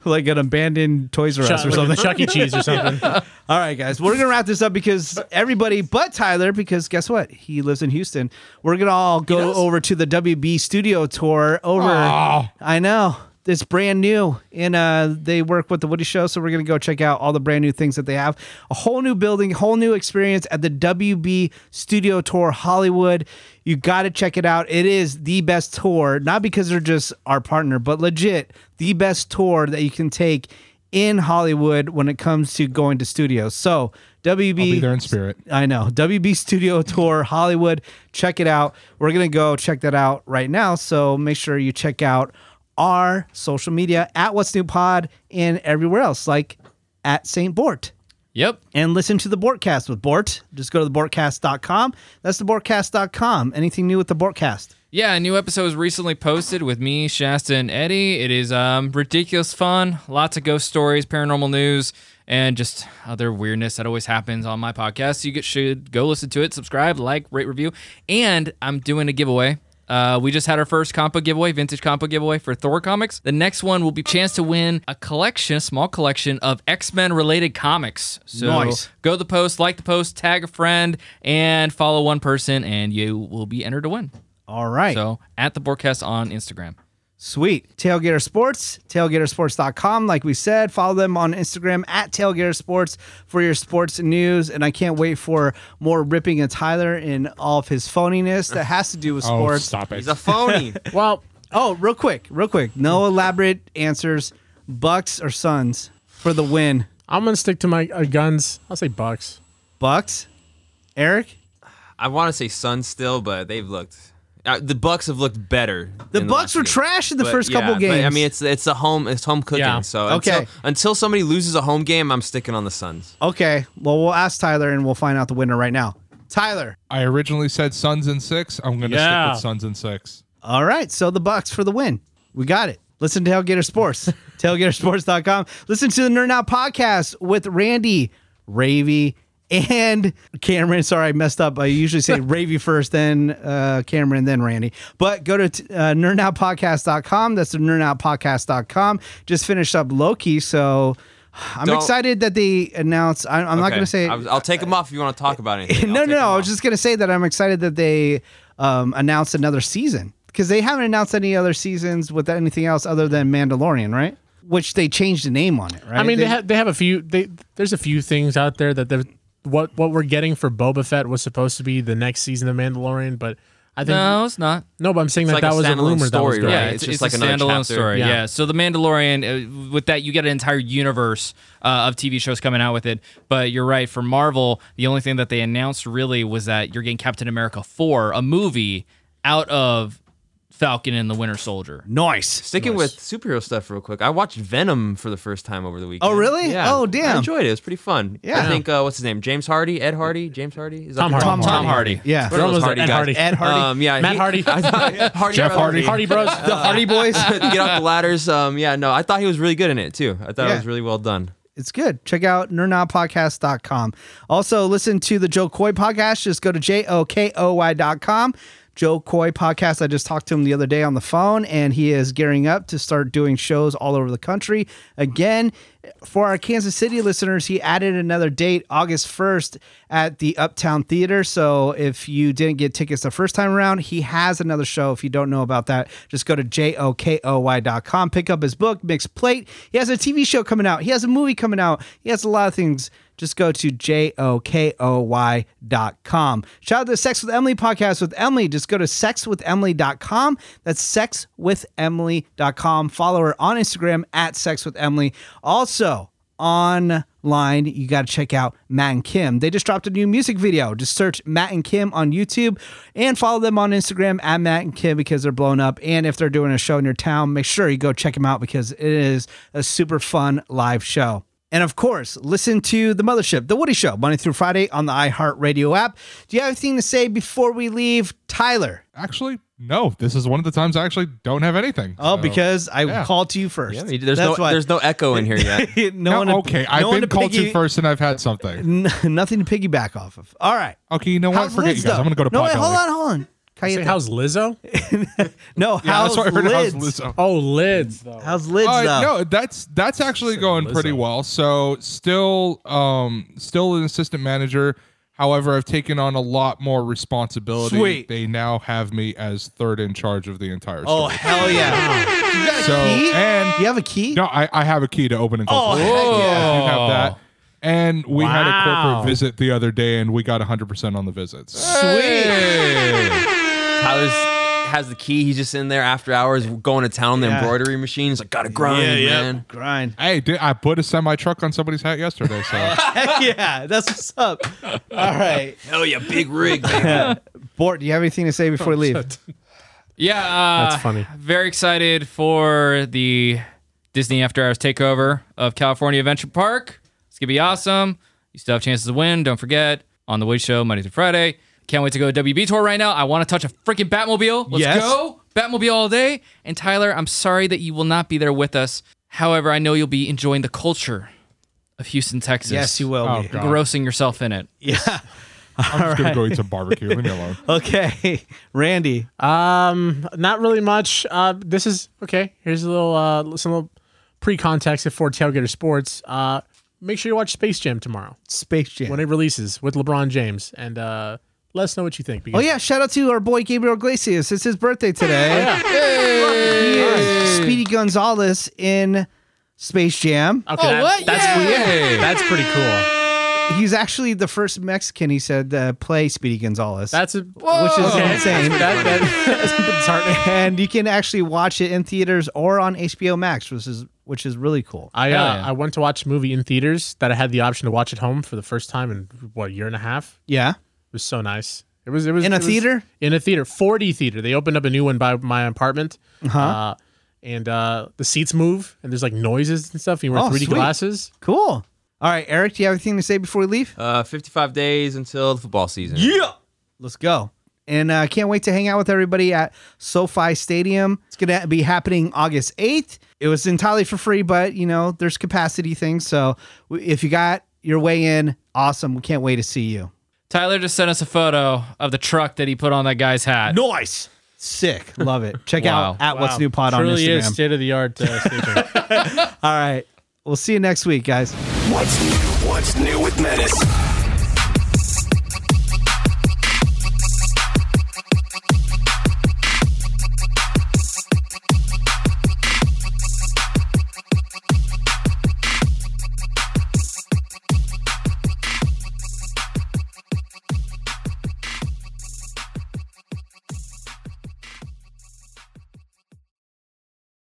[SPEAKER 1] like an abandoned Toys R Us or
[SPEAKER 3] Chuck-
[SPEAKER 1] something.
[SPEAKER 3] Chuck E. Cheese or something.
[SPEAKER 1] All right, guys, we're gonna wrap this up because everybody but Tyler, because guess what, he lives in Houston. We're gonna all go over to the WB Studio tour. Over,
[SPEAKER 5] Aw.
[SPEAKER 1] I know it's brand new, and uh, they work with the Woody Show, so we're gonna go check out all the brand new things that they have. A whole new building, whole new experience at the WB Studio Tour Hollywood. You got to check it out. It is the best tour, not because they're just our partner, but legit the best tour that you can take in Hollywood when it comes to going to studios. So WB,
[SPEAKER 5] I'll be there in spirit.
[SPEAKER 1] I know WB Studio Tour Hollywood. Check it out. We're gonna go check that out right now. So make sure you check out our social media at What's New Pod and everywhere else, like at St. Bort
[SPEAKER 2] Yep.
[SPEAKER 1] and listen to the Bortcast with Bort. Just go to thebortcast.com. That's thebortcast.com. Anything new with the Bortcast?
[SPEAKER 2] Yeah, a new episode was recently posted with me, Shasta, and Eddie. It is um, ridiculous fun, lots of ghost stories, paranormal news, and just other weirdness that always happens on my podcast. You get, should go listen to it, subscribe, like, rate, review, and I'm doing a giveaway. Uh, we just had our first compa giveaway, vintage compa giveaway for Thor comics. The next one will be chance to win a collection, a small collection of X Men related comics. So
[SPEAKER 1] Nice.
[SPEAKER 2] go to the post, like the post, tag a friend, and follow one person, and you will be entered to win.
[SPEAKER 1] All right.
[SPEAKER 2] So at the broadcast on Instagram.
[SPEAKER 1] Sweet. Tailgater Sports, tailgatersports.com. Like we said, follow them on Instagram at Tailgater Sports for your sports news. And I can't wait for more ripping of Tyler and all of his phoniness that has to do with
[SPEAKER 5] Oh,
[SPEAKER 1] sports.
[SPEAKER 5] stop it.
[SPEAKER 4] He's a phony.
[SPEAKER 3] Well,
[SPEAKER 1] Oh, real quick, real quick. No elaborate answers. Bucks or Suns for the win?
[SPEAKER 3] I'm gonna stick to my uh, guns. I'll say Bucks.
[SPEAKER 1] Bucks? Eric?
[SPEAKER 4] I want to say Sun still, but they've looked. Uh, the Bucks have looked better.
[SPEAKER 1] The
[SPEAKER 4] in
[SPEAKER 1] Bucks
[SPEAKER 4] last
[SPEAKER 1] were
[SPEAKER 4] game.
[SPEAKER 1] trash in the
[SPEAKER 4] But,
[SPEAKER 1] first
[SPEAKER 4] yeah,
[SPEAKER 1] couple
[SPEAKER 4] but,
[SPEAKER 1] games.
[SPEAKER 4] I mean, it's it's a home it's home cooking.
[SPEAKER 3] Yeah.
[SPEAKER 4] So
[SPEAKER 1] Okay.
[SPEAKER 4] until, until somebody loses a home game, I'm sticking on the Suns.
[SPEAKER 1] Okay. Well, we'll ask Tyler and we'll find out the winner right now. Tyler.
[SPEAKER 5] I originally said Suns and six. I'm going to
[SPEAKER 3] Yeah.
[SPEAKER 5] stick with Suns and six.
[SPEAKER 1] All right. So the Bucks for the win. We got it. Listen to Tailgater Sports, tailgatersports.com. Listen to the Nerd Now podcast with Randy, Ravy, and Cameron. Sorry, I messed up. I usually say Ravy first, then uh, Cameron, then Randy. But go to t- uh, nerdnowpodcast.com. That's the nerdnowpodcast.com. Just finished up Loki. So I'm
[SPEAKER 4] Don't-
[SPEAKER 1] excited that they announced. I, I'm not
[SPEAKER 4] Okay.
[SPEAKER 1] going to say.
[SPEAKER 4] I'll, I'll take them off if you want to talk about anything. I'll
[SPEAKER 1] no,
[SPEAKER 4] take
[SPEAKER 1] no,
[SPEAKER 4] 'em
[SPEAKER 1] no. I
[SPEAKER 4] off.
[SPEAKER 1] was just gonna say that I'm excited that they um, announced another season because they haven't announced any other seasons with anything else other than Mandalorian, right? Which they changed the name on it, right?
[SPEAKER 3] I mean, they, have they have a few. They there's a few things out there that they're what what we're getting for Boba Fett was supposed to be the next season of Mandalorian, but I think
[SPEAKER 2] No, it's not.
[SPEAKER 3] no, but I'm saying that
[SPEAKER 4] like
[SPEAKER 3] that
[SPEAKER 4] a
[SPEAKER 3] was a
[SPEAKER 4] standalone
[SPEAKER 3] rumor. that was
[SPEAKER 4] story,
[SPEAKER 3] going-
[SPEAKER 4] right?
[SPEAKER 2] Yeah,
[SPEAKER 4] It's
[SPEAKER 2] it's,
[SPEAKER 4] just
[SPEAKER 2] it's
[SPEAKER 4] like
[SPEAKER 2] a
[SPEAKER 4] another
[SPEAKER 2] standalone
[SPEAKER 4] chapter.
[SPEAKER 2] story. Yeah.
[SPEAKER 3] Yeah.
[SPEAKER 2] So the Mandalorian, uh, with that, you get an entire universe uh, of TV shows coming out with it. But you're right. For Marvel, the only thing that they announced really was that you're getting Captain America four, a movie out of Falcon and the Winter Soldier.
[SPEAKER 1] noise.
[SPEAKER 4] Sticking with superhero stuff real quick, I watched Venom for the first time over the weekend.
[SPEAKER 1] Oh, really?
[SPEAKER 4] Yeah.
[SPEAKER 1] Oh, damn.
[SPEAKER 4] I enjoyed it. It was pretty fun.
[SPEAKER 1] Yeah.
[SPEAKER 4] I think uh, what's his name? James Hardy, Ed Hardy, James Hardy. Is that
[SPEAKER 3] Tom
[SPEAKER 4] the-
[SPEAKER 3] Hardy.
[SPEAKER 4] Tom Hardy.
[SPEAKER 1] Yeah.
[SPEAKER 4] One of those
[SPEAKER 3] Almost
[SPEAKER 4] Hardy
[SPEAKER 3] Ed
[SPEAKER 4] guys.
[SPEAKER 3] Hardy.
[SPEAKER 1] Ed Hardy,
[SPEAKER 4] Um, yeah,
[SPEAKER 3] Matt
[SPEAKER 4] he-
[SPEAKER 3] Hardy.
[SPEAKER 4] Hardy
[SPEAKER 3] Jeff
[SPEAKER 4] Brother.
[SPEAKER 3] Hardy, Hardy Bros.
[SPEAKER 1] the Hardy Boys.
[SPEAKER 4] Get off the ladders. Um, yeah, no, I thought he was really good in it too. I thought
[SPEAKER 1] Yeah.
[SPEAKER 4] it was really well done.
[SPEAKER 1] it's good. Check out nerdnowpodcast.com. Also, listen to the Joe Coy podcast. Just go to J O K O Y.com. Joe Coy podcast. I just talked to him the other day on the phone, and he is gearing up to start doing shows all over the country. Again, for our Kansas City listeners, he added another date, August 1st, at the Uptown Theater. So if you didn't get tickets the first time around, he has another show. If you don't know about that, just go to jokoy.com, pick up his book, Mixed Plate. He has a TV show coming out, he has a movie coming out, he has a lot of things. Just go to jokoy.com. Shout out to the Sex with Emily podcast with Emily. Just go to sexwithemily.com. That's sexwithemily.com. Follow her on Instagram at sexwithemily. Also, online, you got to check out Matt and Kim. They just dropped a new music video. Just search Matt and Kim on YouTube and follow them on Instagram at Matt and Kim because they're blown up. And if they're doing a show in your town, make sure you go check them out because it is a super fun live show. And of course, listen to The Mothership, The Woody Show, Monday through Friday on the iHeartRadio app. Do you have anything to say before we leave, Tyler?
[SPEAKER 5] Actually, no. This is one of the times I actually don't have anything.
[SPEAKER 1] Oh,
[SPEAKER 5] so-
[SPEAKER 1] because I
[SPEAKER 5] yeah.
[SPEAKER 1] called to you first.
[SPEAKER 4] I mean, there's
[SPEAKER 1] That's
[SPEAKER 4] no
[SPEAKER 1] why.
[SPEAKER 4] there's no echo in here yet.
[SPEAKER 1] no,
[SPEAKER 5] No,
[SPEAKER 1] one to-
[SPEAKER 5] okay,
[SPEAKER 1] no
[SPEAKER 5] I've
[SPEAKER 1] one
[SPEAKER 5] been
[SPEAKER 1] to
[SPEAKER 5] called
[SPEAKER 1] piggy-
[SPEAKER 5] to first, and I've had something.
[SPEAKER 1] nothing to piggyback off of. All right.
[SPEAKER 5] Okay, you know what?
[SPEAKER 1] How's
[SPEAKER 5] Forget
[SPEAKER 1] Liz,
[SPEAKER 5] you guys.
[SPEAKER 1] though?
[SPEAKER 5] I'm gonna go to
[SPEAKER 1] No, wait,
[SPEAKER 5] Potbelly.
[SPEAKER 1] hold on, hold on.
[SPEAKER 3] Say
[SPEAKER 1] Cayeta.
[SPEAKER 3] how's Lizzo?
[SPEAKER 1] no,
[SPEAKER 5] Yeah,
[SPEAKER 1] how's,
[SPEAKER 5] that's what I heard.
[SPEAKER 1] lids?
[SPEAKER 5] How's Lizzo?
[SPEAKER 3] Oh, lids though.
[SPEAKER 1] How's lids
[SPEAKER 5] Uh,
[SPEAKER 1] though?
[SPEAKER 5] no, that's that's actually going pretty well. So still, um, still an assistant manager. However, I've taken on a lot more responsibility.
[SPEAKER 1] Sweet.
[SPEAKER 5] They now have me as third in charge of the entire. store.
[SPEAKER 1] Oh hell yeah! you got a
[SPEAKER 5] So,
[SPEAKER 1] key?
[SPEAKER 5] and-
[SPEAKER 1] you have a key?
[SPEAKER 5] no, I, I have a key to open and close.
[SPEAKER 1] Oh,
[SPEAKER 5] the
[SPEAKER 1] heck
[SPEAKER 5] store. I do have that. And we had a
[SPEAKER 3] Wow.
[SPEAKER 5] corporate visit the other day, and we got 100% on the visits.
[SPEAKER 4] Tyler's has the key. He's just in there after hours, going to town on the
[SPEAKER 1] Yeah.
[SPEAKER 4] embroidery machine. He's like, gotta grind, man.
[SPEAKER 1] Grind.
[SPEAKER 5] Hey, dude, I put a semi truck on somebody's hat yesterday. So
[SPEAKER 1] Heck yeah, that's what's up. All right,
[SPEAKER 4] Hell yeah, big rig. man.
[SPEAKER 1] Bort, do you have anything to say before we leave?
[SPEAKER 2] Yeah, uh,
[SPEAKER 3] That's funny.
[SPEAKER 2] Very excited for the Disney After Hours takeover of California Adventure Park. It's gonna be awesome. You still have chances to win. Don't forget on the Way Show Monday through Friday. Can't wait to go to WB tour right now. I want to touch a freaking Batmobile. Let's
[SPEAKER 1] Yes.
[SPEAKER 2] go Batmobile all day. And Tyler, I'm sorry that you will not be there with us. However, I know you'll be enjoying the culture of Houston, Texas.
[SPEAKER 1] Yes, you will.
[SPEAKER 5] Oh,
[SPEAKER 1] be.
[SPEAKER 5] God.
[SPEAKER 2] Engrossing yourself in it.
[SPEAKER 5] I'm just gonna go eat some barbecue. Leave me alone.
[SPEAKER 1] Okay, Randy. uh,
[SPEAKER 3] Um, not really much. Uh, this is okay. Here's a little, uh, some little pre-context for Tailgater Sports. Uh, make sure you watch Space Jam tomorrow
[SPEAKER 1] Space Jam.
[SPEAKER 3] when it releases with LeBron James, and uh, let us know what you think.
[SPEAKER 1] Oh yeah! Shout out to our boy Gabriel Iglesias. It's his birthday
[SPEAKER 5] Oh,
[SPEAKER 1] today. He is Speedy Gonzalez in Space Jam.
[SPEAKER 3] Okay, that- That's
[SPEAKER 2] weird.
[SPEAKER 3] that's pretty cool.
[SPEAKER 1] He's actually the first Mexican he said to play Speedy Gonzalez.
[SPEAKER 3] That's a
[SPEAKER 1] which
[SPEAKER 5] Oh,
[SPEAKER 1] is insane.
[SPEAKER 3] that, that, that's disheartening.
[SPEAKER 1] and you can actually watch it in theaters or on HBO Max, which is which is really cool.
[SPEAKER 3] I uh,
[SPEAKER 2] yeah.
[SPEAKER 3] I went to watch a movie in theaters that I had the option to watch at home for the first time in what a year and a half.
[SPEAKER 1] Yeah.
[SPEAKER 3] It was so nice. It was it was
[SPEAKER 1] In a
[SPEAKER 3] it was-
[SPEAKER 1] theater?
[SPEAKER 3] in a theater, 4D theater. They opened up a new one by my apartment. Uh-huh. and uh, the seats move, and there's like noises and stuff. You wear
[SPEAKER 1] Oh,
[SPEAKER 3] 3D
[SPEAKER 1] sweet.
[SPEAKER 3] glasses.
[SPEAKER 1] Cool. All right, Eric, do you have anything to say before we leave?
[SPEAKER 4] Uh, 55 days until the football season. Yeah.
[SPEAKER 1] Let's go. And uh, can't wait to hang out with everybody at SoFi Stadium. It's going to be happening August 8th. It was entirely for free, but you know, there's capacity things. So w- if you got your way in, awesome. We can't wait to see you.
[SPEAKER 2] Tyler just sent us a photo of the truck that he put on that guy's hat.
[SPEAKER 1] Nice. Sick. Love it. Check
[SPEAKER 2] Wow.
[SPEAKER 1] out at What's New Pod on
[SPEAKER 3] Truly
[SPEAKER 1] Instagram.
[SPEAKER 3] is state of the art. Uh, staging.
[SPEAKER 1] All right. We'll see you next week, guys.
[SPEAKER 7] What's new? What's new with Menace?